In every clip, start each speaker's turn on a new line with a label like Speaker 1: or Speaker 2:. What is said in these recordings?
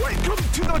Speaker 1: Welcome to the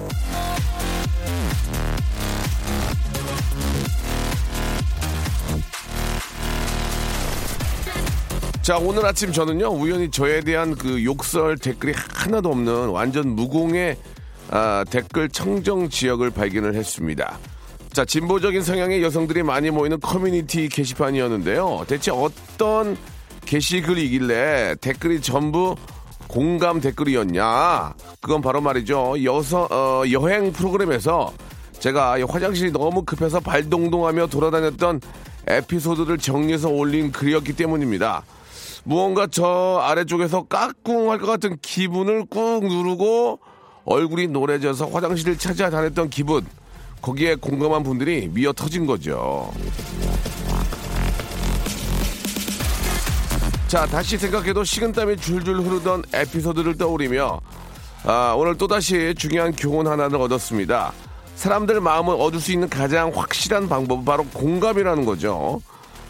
Speaker 2: 자 오늘 아침 저는요 우연히 저에 대한 그 욕설 댓글이 하나도 없는 완전 무공의 아, 댓글 청정 지역을 발견을 했습니다. 자 진보적인 성향의 여성들이 많이 모이는 커뮤니티 게시판이었는데요. 대체 어떤 게시글이길래 댓글이 전부 공감 댓글이었냐? 그건 바로 말이죠 여서 어, 여행 프로그램에서 제가 이 화장실이 너무 급해서 발동동하며 돌아다녔던 에피소드를 정리해서 올린 글이었기 때문입니다. 무언가 저 아래쪽에서 까꿍할 것 같은 기분을 꾹 누르고 얼굴이 노래져서 화장실을 찾아 다녔던 기분. 거기에 공감한 분들이 미어 터진 거죠. 자, 다시 생각해도 식은땀이 줄줄 흐르던 에피소드를 떠올리며 아, 오늘 또다시 중요한 교훈 하나를 얻었습니다. 사람들 마음을 얻을 수 있는 가장 확실한 방법은 바로 공감이라는 거죠.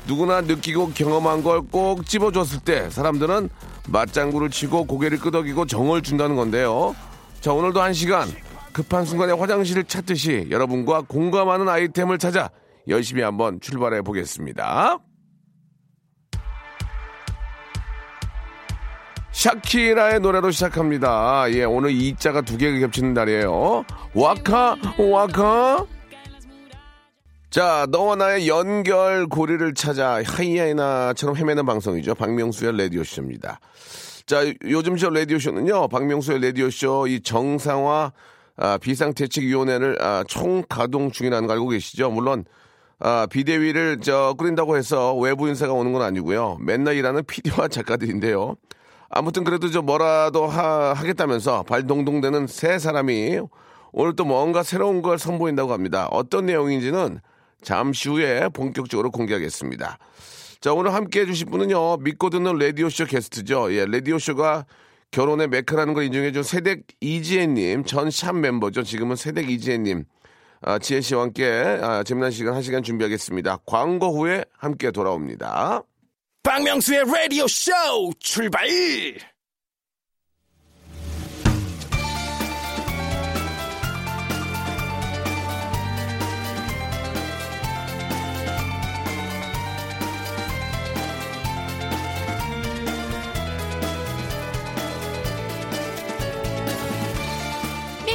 Speaker 2: 누구나 느끼고 경험한 걸 꼭 집어줬을 때 사람들은 맞장구를 치고 고개를 끄덕이고 정을 준다는 건데요. 자, 오늘도 한 시간 급한 순간에 화장실을 찾듯이 여러분과 공감하는 아이템을 찾아 열심히 한번 출발해 보겠습니다. 샤키라의 노래로 시작합니다. 예, 오늘 이 자가 두 개가 겹치는 날이에요. 와카, 와카. 자, 너와 나의 연결 고리를 찾아 하이야이나처럼 헤매는 방송이죠. 박명수의 라디오쇼입니다. 자, 요즘 저 라디오쇼는요, 박명수의 라디오쇼 이 정상화 아, 비상대책위원회를 아, 총 가동 중이라는 거 알고 계시죠? 물론, 아, 비대위를 저 꾸린다고 해서 외부 인사가 오는 건 아니고요. 맨날 일하는 PD와 작가들인데요. 아무튼 그래도 저 뭐라도 하, 하겠다면서 발동동대는 세 사람이 오늘 또 뭔가 새로운 걸 선보인다고 합니다. 어떤 내용인지는 잠시 후에 본격적으로 공개하겠습니다. 자, 오늘 함께 해주실 분은요, 믿고 듣는 라디오쇼 게스트죠. 예, 라디오쇼가 결혼의 메카라는 걸 인정해준 세댁 이지혜님, 전 샵 멤버죠. 지금은 세댁 이지혜님. 아, 지혜 씨와 함께 아, 재미난 시간 한 시간 준비하겠습니다. 광고 후에 함께 돌아옵니다.
Speaker 1: 박명수의 라디오 쇼 출발!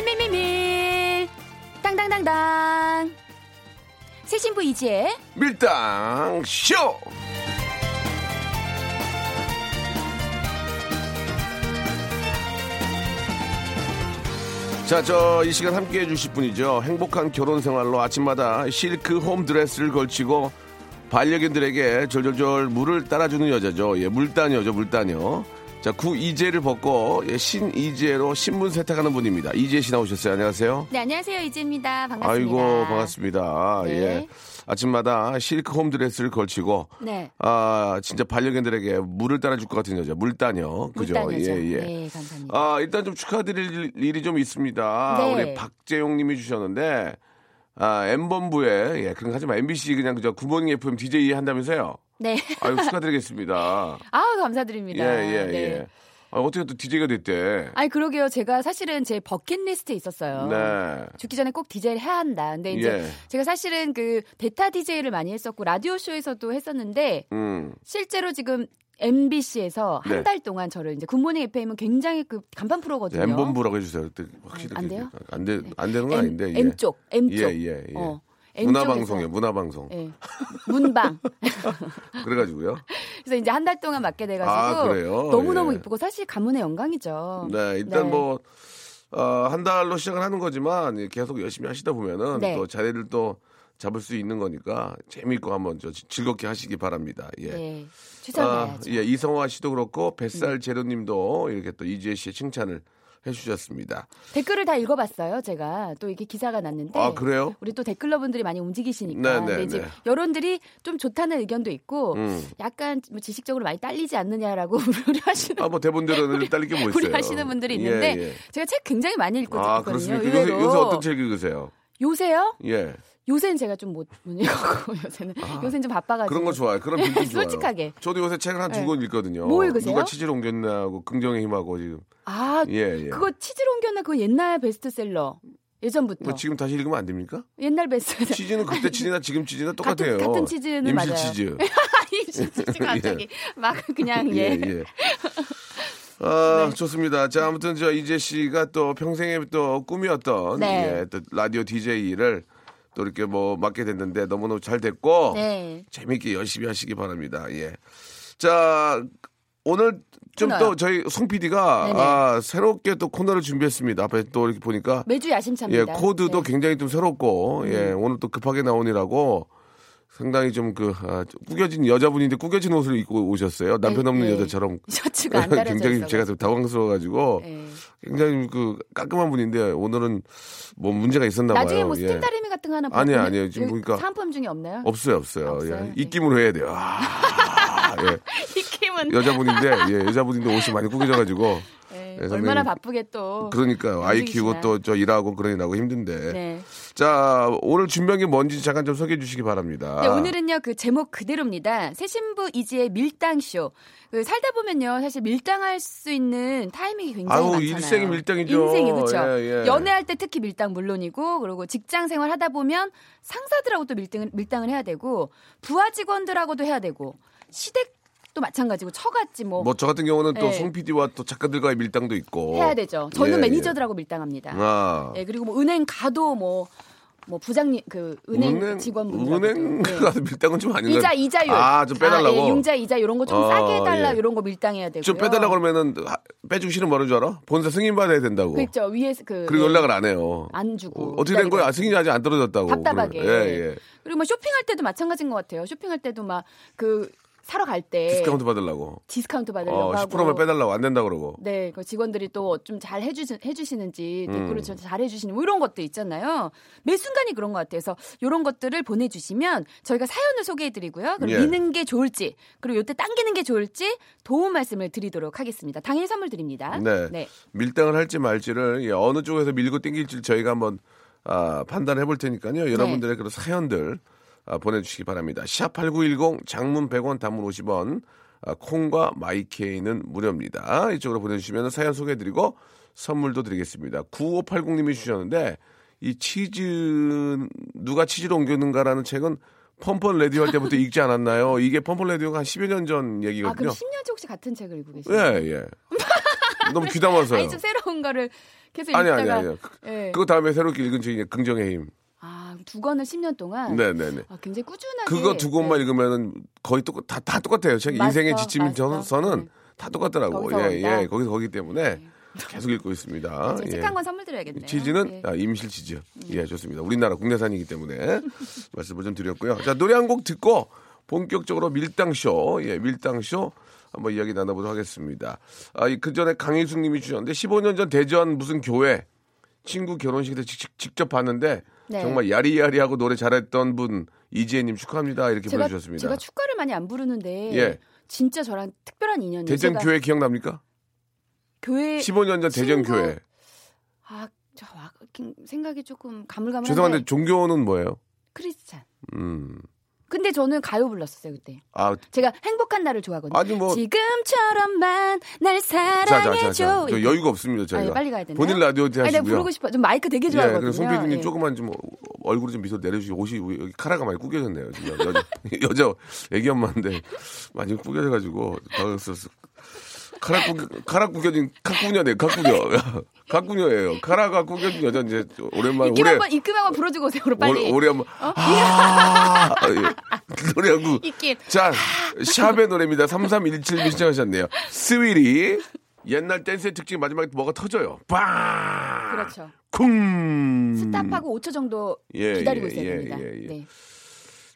Speaker 3: 밀밀밀밀 땅땅땅땅 새신부 이지혜
Speaker 2: 밀당 쇼. 자, 저 이 시간 함께 해주실 분이죠. 행복한 결혼 생활로 아침마다 실크 홈 드레스를 걸치고 반려견들에게 절절절 물을 따라주는 여자죠. 예, 물따녀죠, 물따녀. 자, 구이재를 벗고 예, 신이재로 신문 세탁하는 분입니다. 이재 씨 나오셨어요. 안녕하세요.
Speaker 3: 네 안녕하세요 이지혜입니다 반갑습니다
Speaker 2: 아이고 반갑습니다.
Speaker 3: 네.
Speaker 2: 예. 아침마다 실크 홈드레스를 걸치고
Speaker 3: 네
Speaker 2: 아 진짜 반려견들에게 물을 따라줄 것 같은 여자 물따녀 그죠?
Speaker 3: 물단 여자
Speaker 2: 예 예.
Speaker 3: 네 감사합니다
Speaker 2: 아 일단 좀 축하드릴 일이 좀 있습니다.
Speaker 3: 네.
Speaker 2: 우리 박재용님이 주셨는데 아 엠번부에 예 그런 거 하지 마 MBC 그냥 그저 굿모닝 FM DJ 한다면서요?
Speaker 3: 네
Speaker 2: 아유 축하드리겠습니다.
Speaker 3: 아우 감사드립니다
Speaker 2: 예예 예.
Speaker 3: 네.
Speaker 2: 예. 아, 어떻게 또 DJ가 됐대?
Speaker 3: 아니 그러게요 제가 사실은 제 버킷리스트에 있었어요
Speaker 2: 네.
Speaker 3: 죽기 전에 꼭 DJ를 해야 한다. 근데 이제
Speaker 2: 예.
Speaker 3: 제가 사실은 그 베타 DJ를 많이 했었고 라디오 쇼에서도 했었는데
Speaker 2: 음.
Speaker 3: 실제로 지금 MBC에서
Speaker 2: 네.
Speaker 3: 한 달 동안 저를 이제 굿모닝 FM은 굉장히 그 간판 프로거든요.
Speaker 2: 엠번부라고 해주세요. 그때 확실히
Speaker 3: 안 돼요?
Speaker 2: 안돼안 되는 건
Speaker 3: M,
Speaker 2: 아닌데. 예.
Speaker 3: M 쪽, M 쪽.
Speaker 2: 예, 예, 예.
Speaker 3: 어, M
Speaker 2: 문화방송이에요, 뭐.
Speaker 3: 쪽에서,
Speaker 2: 문화방송.
Speaker 3: 예. 문방.
Speaker 2: 그래가지고요.
Speaker 3: 그래서 이제 한 달 동안 맡게
Speaker 2: 아,
Speaker 3: 돼가지고
Speaker 2: 그래요?
Speaker 3: 너무 너무
Speaker 2: 예.
Speaker 3: 이쁘고 사실 가문의 영광이죠.
Speaker 2: 네, 일단
Speaker 3: 네.
Speaker 2: 뭐, 어, 한 달로 시작을 하는 거지만 예, 계속 열심히 하시다 보면은
Speaker 3: 네.
Speaker 2: 또 자리를 또 잡을 수 있는 거니까 재미있고 한번 저 즐겁게 하시기 바랍니다. 예.
Speaker 3: 네, 최선을
Speaker 2: 아,
Speaker 3: 다해야죠. 음.
Speaker 2: 예, 이성화 씨도 그렇고 뱃살 재료님도 이렇게 또 이지혜 씨의 칭찬을 해주셨습니다.
Speaker 3: 댓글을 다 읽어봤어요. 제가 또 이게 기사가 났는데.
Speaker 2: 아, 그래요?
Speaker 3: 우리 또 댓글러분들이 많이 움직이시니까.
Speaker 2: 네, 네,
Speaker 3: 근데 이제
Speaker 2: 네. 음.
Speaker 3: 여론들이 좀 좋다는 의견도 있고, 약간 뭐 지식적으로 많이 딸리지 않느냐라고 우려하시는.
Speaker 2: 아, 뭐 대본대로는 딸릴 게뭐 있어요?
Speaker 3: 네, 우려하시는 분들이 있는데
Speaker 2: 예, 예.
Speaker 3: 제가 책 굉장히 많이 읽고
Speaker 2: 아,
Speaker 3: 있거든요.
Speaker 2: 그렇습니까? 요새, 요새 어떤 책 읽으세요?
Speaker 3: 요새요?
Speaker 2: 예.
Speaker 3: 요새는 제가 좀 못 읽고 요새는 요새는 좀 바빠가지고
Speaker 2: 아, 그런 거 좋아요. 그런 빈 좋아요.
Speaker 3: 솔직하게.
Speaker 2: 저도 요새 책을 한 두
Speaker 3: 네.
Speaker 2: 권 읽거든요.
Speaker 3: 뭐 읽으세요?
Speaker 2: 누가 치질 옮겼나 하고 긍정의 힘하고 지금.
Speaker 3: 아
Speaker 2: 예, 예.
Speaker 3: 그거 치즈로 옮겼나 그거 옛날 베스트셀러 예전부터
Speaker 2: 뭐 지금 다시 읽으면 안 됩니까?
Speaker 3: 옛날 베스트셀러
Speaker 2: 치즈는 그때 치즈나 지금 치즈나 똑같아요.
Speaker 3: 네. 같은- 같은 치즈는
Speaker 2: 임실
Speaker 3: 맞아요.
Speaker 2: 치즈.
Speaker 3: 아니 진짜 갑자기 막 그냥 예. 네.
Speaker 2: 예, 예. 아, 좋습니다. 자, 아무튼 저 이재 씨가 또 평생의 또 꿈이었던
Speaker 3: 네.
Speaker 2: 예, 또 라디오 DJ를 또 이렇게 뭐 맡게 됐는데 너무너무 잘 됐고
Speaker 3: 네.
Speaker 2: 재밌게 열심히 하시기 바랍니다. 예. 자, 오늘 좀
Speaker 3: 코너요.
Speaker 2: 또 저희 송
Speaker 3: 네네.
Speaker 2: PD가 아, 새롭게 또 코너를 준비했습니다. 앞에 또 이렇게 보니까
Speaker 3: 매주
Speaker 2: 예,
Speaker 3: 야심차입니다.
Speaker 2: 코드도
Speaker 3: 네. 음.
Speaker 2: 굉장히 좀 새롭고, 예, 오늘 또 급하게 나오니라고 상당히 좀 그, 아, 꾸겨진 여자분인데 꾸겨진 옷을 입고 오셨어요. 남편
Speaker 3: 네,
Speaker 2: 없는
Speaker 3: 네.
Speaker 2: 여자처럼.
Speaker 3: 셔츠가 안 달아져
Speaker 2: 굉장히
Speaker 3: 있어가지고.
Speaker 2: 제가 좀 당황스러워가지고
Speaker 3: 예.
Speaker 2: 굉장히 그 깔끔한 분인데 오늘은 뭐 문제가 있었나 봐요.
Speaker 3: 나중에 뭐
Speaker 2: 예.
Speaker 3: 스텝 다리미 같은 거 하나
Speaker 2: 아니에요,
Speaker 3: 보면
Speaker 2: 아니에요. 지금
Speaker 3: 여기
Speaker 2: 보니까
Speaker 3: 상품 중에 없나요?
Speaker 2: 없어요, 없어요.
Speaker 3: 없어요?
Speaker 2: 예.
Speaker 3: 네.
Speaker 2: 입김으로 해야 돼요. 아, 예.
Speaker 3: 이 캠은
Speaker 2: 여자분인데 예, 여자분인데 옷이 많이 꾸겨져가지고
Speaker 3: 예,
Speaker 2: 예, 선배님.
Speaker 3: 얼마나 바쁘게 또
Speaker 2: 그러니까요. 아이 키우고
Speaker 3: 움직이시나요?
Speaker 2: 또 저 일하고 그러니 나고 힘든데.
Speaker 3: 네.
Speaker 2: 자, 오늘 준비한 게 뭔지 잠깐 좀 소개해 주시기 바랍니다.
Speaker 3: 네, 오늘은요 그 제목 그대로입니다. 새 신부 이지의 밀당 쇼. 그 살다 보면요 사실 밀당할 수 있는 타이밍이 굉장히
Speaker 2: 아우,
Speaker 3: 많잖아요.
Speaker 2: 일생이 밀당이죠.
Speaker 3: 인생이 그렇죠.
Speaker 2: 예, 예.
Speaker 3: 연애할 때 특히 밀당 물론이고 그리고 직장 생활 하다 보면 상사들하고 또 밀당을 밀당을 해야 되고 부하 직원들하고도 해야 되고 시댁도 마찬가지고 처갓지 뭐.
Speaker 2: 뭐 저 같은 경우는
Speaker 3: 예.
Speaker 2: 또 송 PD와 또 작가들과의 밀당도 있고
Speaker 3: 해야 되죠. 저는
Speaker 2: 예,
Speaker 3: 매니저들하고 밀당합니다.
Speaker 2: 예. 아.
Speaker 3: 예, 그리고 뭐 은행 가도 뭐, 뭐 부장님, 그 은행, 직원분들.
Speaker 2: 은행 가서 밀당은 좀 아닌가?
Speaker 3: 이자, 이자율.
Speaker 2: 아, 좀 빼달라고.
Speaker 3: 아, 예, 융자, 이자 이런 거 좀
Speaker 2: 아,
Speaker 3: 싸게 해달라
Speaker 2: 예.
Speaker 3: 이런 거 밀당해야 되고.
Speaker 2: 좀 빼달라 그러면은 하- 빼주기 싫으면 뭐라는 줄 알아? 본사 승인 받아야 된다고.
Speaker 3: 그렇죠. 위에서 그.
Speaker 2: 그리고
Speaker 3: 예,
Speaker 2: 연락을 안 해요.
Speaker 3: 안 주고.
Speaker 2: 어, 떻게된 거야?
Speaker 3: 기다리고.
Speaker 2: 아, 승인이 아직 안 떨어졌다고.
Speaker 3: 답답하게.
Speaker 2: 그래. 예, 예.
Speaker 3: 그리고 뭐 쇼핑할 때도 마찬가지인 것 같아요. 쇼핑할 때도 막 그 사러 갈 때.
Speaker 2: 디스카운트 받으려고.
Speaker 3: 디스카운트 받으려고
Speaker 2: 어,
Speaker 3: 하고.
Speaker 2: 10%만 빼달라고 안 된다 그러고.
Speaker 3: 네, 그 직원들이 또 좀 잘 해주, 해주시는지,
Speaker 2: 음.
Speaker 3: 댓글을 좀잘 해주시는지, 뭐 이런 것들 있잖아요. 매 순간이 그런 것 같아요. 그래서 이런 것들을 보내주시면 저희가 사연을 소개해드리고요. 그럼
Speaker 2: 예.
Speaker 3: 미는 게 좋을지, 그리고 요때 당기는 게 좋을지 도움 말씀을 드리도록 하겠습니다. 당연히 선물 드립니다.
Speaker 2: 네. 밀당을 할지 말지를 예, 어느 쪽에서 밀고 땡길지 저희가 한번 아, 판단해 볼 테니까요. 여러분들의
Speaker 3: 네.
Speaker 2: 그런 사연들 아, 보내주시기 바랍니다. 샵8910 장문 100원 단문 50원 아, 콩과 마이케이는 무료입니다. 이쪽으로 보내주시면 사연 소개해드리고 선물도 드리겠습니다. 9580님이 주셨는데 이 치즈 누가 치즈로 옮겼는가라는 책은 펌펀 레디오 할 때부터 읽지 않았나요? 이게 펌펀 레디오가 한 10여 년 전
Speaker 3: 아,
Speaker 2: 얘기거든요.
Speaker 3: 그럼 10년째 혹시 같은 책을 읽고 계시나요?
Speaker 2: 예, 예. 너무 귀담아서요.
Speaker 3: 아니, 좀 새로운 거를 계속
Speaker 2: 아니
Speaker 3: 읽다가.
Speaker 2: 아니 아니. 그,
Speaker 3: 예.
Speaker 2: 그거 다음에 새롭게 읽은 책이 긍정의 힘.
Speaker 3: 아, 두 권을 10년 동안.
Speaker 2: 네네네.
Speaker 3: 아, 굉장히 꾸준하게.
Speaker 2: 그거 두
Speaker 3: 네.
Speaker 2: 권만 읽으면은 거의 똑다 다 똑같아요. 책
Speaker 3: 맞아,
Speaker 2: 인생의 지침
Speaker 3: 맞아.
Speaker 2: 저서는
Speaker 3: 네.
Speaker 2: 다 똑같더라고.
Speaker 3: 거기서
Speaker 2: 예
Speaker 3: 온다.
Speaker 2: 예. 거기서 거기 때문에 계속 읽고 있습니다.
Speaker 3: 제가
Speaker 2: 예.
Speaker 3: 책한 권 선물 드려야겠네요.
Speaker 2: 치즈는
Speaker 3: 네.
Speaker 2: 아, 임실 치즈. 예 좋습니다. 우리나라 국내산이기 때문에 말씀을 좀 드렸고요. 자 노래 한 곡 듣고 본격적으로 밀당쇼 예 밀당쇼 한번 이야기 나눠보도록 하겠습니다. 아이그 전에 강일숙님이 주셨는데 15년 전 대전 무슨 교회 친구 결혼식 때 직- 직- 직접 봤는데
Speaker 3: 네.
Speaker 2: 정말 야리야리하고 노래 잘했던 분 이지혜님 축하합니다 이렇게
Speaker 3: 제가,
Speaker 2: 보내주셨습니다.
Speaker 3: 제가 축가를 많이 안 부르는데
Speaker 2: 예.
Speaker 3: 진짜 저랑 특별한 인연이
Speaker 2: 대전
Speaker 3: 제가
Speaker 2: 교회 기억납니까?
Speaker 3: 교회
Speaker 2: 15년 전 대전
Speaker 3: 친구-
Speaker 2: 교회.
Speaker 3: 아, 저 와- 생각이 조금 가물가물한데
Speaker 2: 죄송한데 종교는 뭐예요?
Speaker 3: 크리스찬.
Speaker 2: 음.
Speaker 3: 근데 저는 가요 불렀었어요 그때.
Speaker 2: 아
Speaker 3: 제가 행복한 날을 좋아하거든요.
Speaker 2: 아니 뭐
Speaker 3: 지금처럼만 날
Speaker 2: 자자자자.
Speaker 3: 사랑해줘.
Speaker 2: 저 여유가 없습니다
Speaker 3: 아,
Speaker 2: 저희가.
Speaker 3: 예, 빨리 가야 되나요?
Speaker 2: 본인 라디오 대
Speaker 3: 아니,
Speaker 2: 하시고요.
Speaker 3: 내가 부르고 싶어. 좀 마이크 되게
Speaker 2: 예,
Speaker 3: 좋아하거든요.
Speaker 2: 그래서 송PD님
Speaker 3: 예.
Speaker 2: 조금만 좀 얼굴에 좀 미소 내려주시고 옷이 왜 여기 카라가 많이 꾸겨졌네요. 지금 여자, 여자 애기 엄마인데 많이 꾸겨져가지고 당황스러웠어. 카라 꾸겨, 카라 꾸겨진 카꾸녀네, 카꾸녀. 카꾸녀예요. 카라가 꾸겨진 여자 이제 오랜만에
Speaker 3: 입금
Speaker 2: 아, 올해
Speaker 3: 한번 입금 한번 불어주고 오세요. 그럼 빨리. 어?
Speaker 2: 올해 올해 한번 아 예. 노래하고
Speaker 3: 입김.
Speaker 2: 자,
Speaker 3: 아.
Speaker 2: 샵의 노래입니다. 3317님 신청하셨네요. 스위리. 옛날 댄스의 특징 마지막에 뭐가 터져요. 빵!
Speaker 3: 그렇죠.
Speaker 2: 쿵!
Speaker 3: 스탑하고 5초 정도
Speaker 2: 예,
Speaker 3: 기다리고
Speaker 2: 예,
Speaker 3: 있어야
Speaker 2: 예,
Speaker 3: 됩니다.
Speaker 2: 예, 예.
Speaker 3: 네.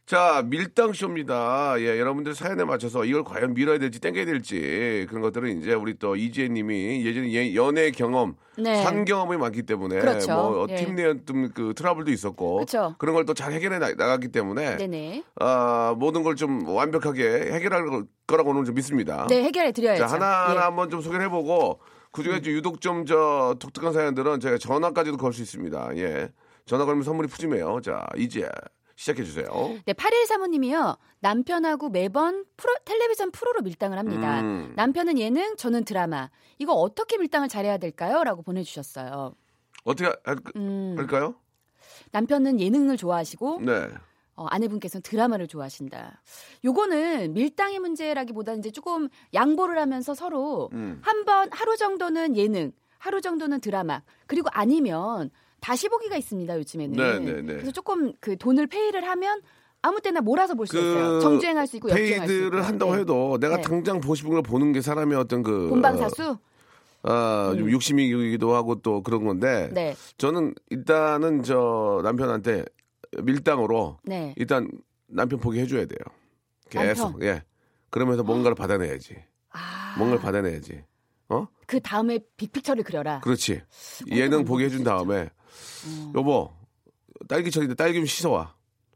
Speaker 2: 자, 밀당쇼입니다. 예, 여러분들 사연에 맞춰서 이걸 과연 밀어야 될지 땡겨야 될지 그런 것들은 이제 우리 또 이지혜 님이 예전에 예- 연애 경험,
Speaker 3: 네.
Speaker 2: 산 경험이 많기 때문에
Speaker 3: 그렇죠.
Speaker 2: 뭐 어,
Speaker 3: 예.
Speaker 2: 팀 내에 좀그 트러블도 있었고
Speaker 3: 그렇죠.
Speaker 2: 런 걸 또 잘 해결해 나, 나갔기 때문에
Speaker 3: 네네.
Speaker 2: 아, 모든 걸 좀 완벽하게 해결할 거라고는 좀 믿습니다.
Speaker 3: 네, 해결해 드려야죠.
Speaker 2: 아.
Speaker 3: 예.
Speaker 2: 자, 하나하나 한번 좀 소개를 해보고 그중에
Speaker 3: 음.
Speaker 2: 좀 유독 좀 저 독특한 사연들은 제가 전화까지도 걸 수 있습니다. 예. 전화 걸면 선물이 푸짐해요. 자, 이제 시작해 주세요.
Speaker 3: 네, 8일 사모님이요. 남편하고 매번 프로, 텔레비전 프로로 밀당을 합니다.
Speaker 2: 음.
Speaker 3: 남편은 예능, 저는 드라마. 이거 어떻게 밀당을 잘해야 될까요? 라고 보내주셨어요.
Speaker 2: 어떻게 할,
Speaker 3: 음,
Speaker 2: 할까요?
Speaker 3: 남편은 예능을 좋아하시고
Speaker 2: 네.
Speaker 3: 어, 아내분께서는 드라마를 좋아하신다. 요거는 밀당의 문제라기보다는 이제 조금 양보를 하면서 서로
Speaker 2: 음.
Speaker 3: 한 번 하루 정도는 예능, 하루 정도는 드라마, 그리고 아니면 다시 보기가 있습니다 요즘에는.
Speaker 2: 네, 네, 네.
Speaker 3: 그래서 조금 그 돈을 페이를 하면 아무 때나 몰아서 볼 수
Speaker 2: 그
Speaker 3: 있어요. 정주행할 수 있고 역주행할 수 있고.
Speaker 2: 페이드를 한다고
Speaker 3: 네.
Speaker 2: 해도 내가
Speaker 3: 네.
Speaker 2: 당장 보고 싶은 걸 보는 게 사람의 어떤 그
Speaker 3: 본방사수. 음.
Speaker 2: 아, 좀 욕심이기도 하고 또 그런 건데
Speaker 3: 네,
Speaker 2: 저는 일단은 저 남편한테 밀당으로
Speaker 3: 네.
Speaker 2: 일단 남편 포기해 줘야 돼요. 계속.
Speaker 3: 남편.
Speaker 2: 예. 그러면서 뭔가를 받아내야지.
Speaker 3: 아,
Speaker 2: 뭔가를 받아내야지. 어?
Speaker 3: 그 다음에 빅픽처를 그려라.
Speaker 2: 그렇지.
Speaker 3: 뭔가
Speaker 2: 예능
Speaker 3: 뭔가
Speaker 2: 보게 해준
Speaker 3: 진짜.
Speaker 2: 다음에
Speaker 3: 어.
Speaker 2: 여보 딸기철인데 딸기 좀 씻어와.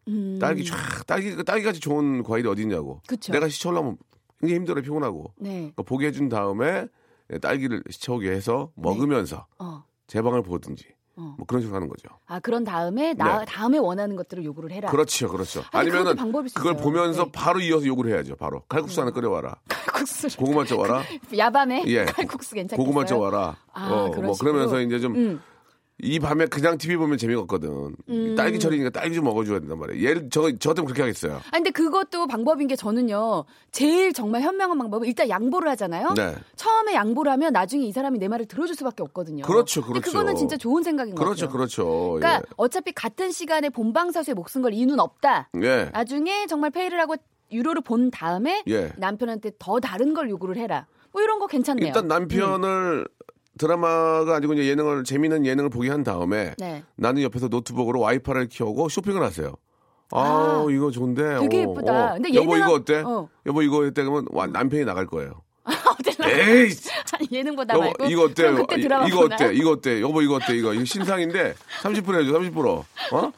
Speaker 3: 음,
Speaker 2: 딸기 쫙 딸기 딸기같이 좋은 과일이 어딨냐고.
Speaker 3: 그쵸.
Speaker 2: 내가 씻으려면 굉장히 힘들어 피곤하고.
Speaker 3: 네,
Speaker 2: 그러니까 보게 해준 다음에 예, 딸기를 씻어오게 해서 먹으면서
Speaker 3: 어.
Speaker 2: 제 방을 보든지
Speaker 3: 네. 어.
Speaker 2: 뭐 그런 식으로 하는 거죠.
Speaker 3: 아 그런 다음에 나
Speaker 2: 네.
Speaker 3: 다음에 원하는 것들을 요구를 해라.
Speaker 2: 그렇죠, 그렇죠.
Speaker 3: 아니, 그것도
Speaker 2: 아니면은
Speaker 3: 방법일 수
Speaker 2: 그걸
Speaker 3: 있어요.
Speaker 2: 보면서
Speaker 3: 네. 음.
Speaker 2: 바로 이어서 욕을 해야죠. 바로 칼국수 하나 끓여와라.
Speaker 3: 칼국수를
Speaker 2: 고구마 쪄 와라.
Speaker 3: 야밤에
Speaker 2: 예.
Speaker 3: 칼국수 괜찮겠어요?
Speaker 2: 고구마 쪄 와라.
Speaker 3: 아,
Speaker 2: 어,
Speaker 3: 그런
Speaker 2: 뭐
Speaker 3: 식으로?
Speaker 2: 그러면서 이제 좀
Speaker 3: 음.
Speaker 2: 이 밤에 그냥 TV 보면 재미가 없거든. 딸기철이니까 딸기 좀 먹어줘야 된단 말이에요. 얘를 저, 저 때문에 그렇게 하겠어요.
Speaker 3: 아 근데 그것도 방법인 게 저는요 제일 정말 현명한 방법은 일단 양보를 하잖아요.
Speaker 2: 네.
Speaker 3: 처음에 양보를 하면 나중에 이 사람이 내 말을 들어줄 수밖에 없거든요.
Speaker 2: 그렇죠,
Speaker 3: 근데
Speaker 2: 그렇죠.
Speaker 3: 그거는 진짜 좋은 생각인
Speaker 2: 그렇죠,
Speaker 3: 것 같아요.
Speaker 2: 그렇죠.
Speaker 3: 러니까 어차피 같은 시간에 본방사수에 목숨 걸 이유는 없다.
Speaker 2: 예. 예.
Speaker 3: 나중에 정말 페이를 하고 유료를 본 다음에
Speaker 2: 예.
Speaker 3: 남편한테 더 다른 걸 요구를 해라. 뭐 이런 거 괜찮네요. 음.
Speaker 2: 일단 남편을 드라마가 아니고 이제 예능을 재미있는 예능을 보게 한 다음에
Speaker 3: 네.
Speaker 2: 나는 옆에서 노트북으로 와이파이를 켜고 쇼핑을 하세요. 아,
Speaker 3: 아,
Speaker 2: 이거 좋은데.
Speaker 3: 되게
Speaker 2: 어,
Speaker 3: 예쁘다.
Speaker 2: 어.
Speaker 3: 근데
Speaker 2: 여보
Speaker 3: 예능은-
Speaker 2: 이거 어때?
Speaker 3: 어.
Speaker 2: 여보 이거 어때? 그러면 와, 남편이 나갈 거예요.
Speaker 3: 어때요?
Speaker 2: 에이,
Speaker 3: 아니, 예능보다
Speaker 2: 여보
Speaker 3: 말고
Speaker 2: 이거 어때?
Speaker 3: 그럼 그때
Speaker 2: 이-
Speaker 3: 드라마
Speaker 2: 이거
Speaker 3: 보나?
Speaker 2: 어때? 이거 어때? 여보 이거 어때? 이거 이거 신상인데 30% 해줘 30%. 어?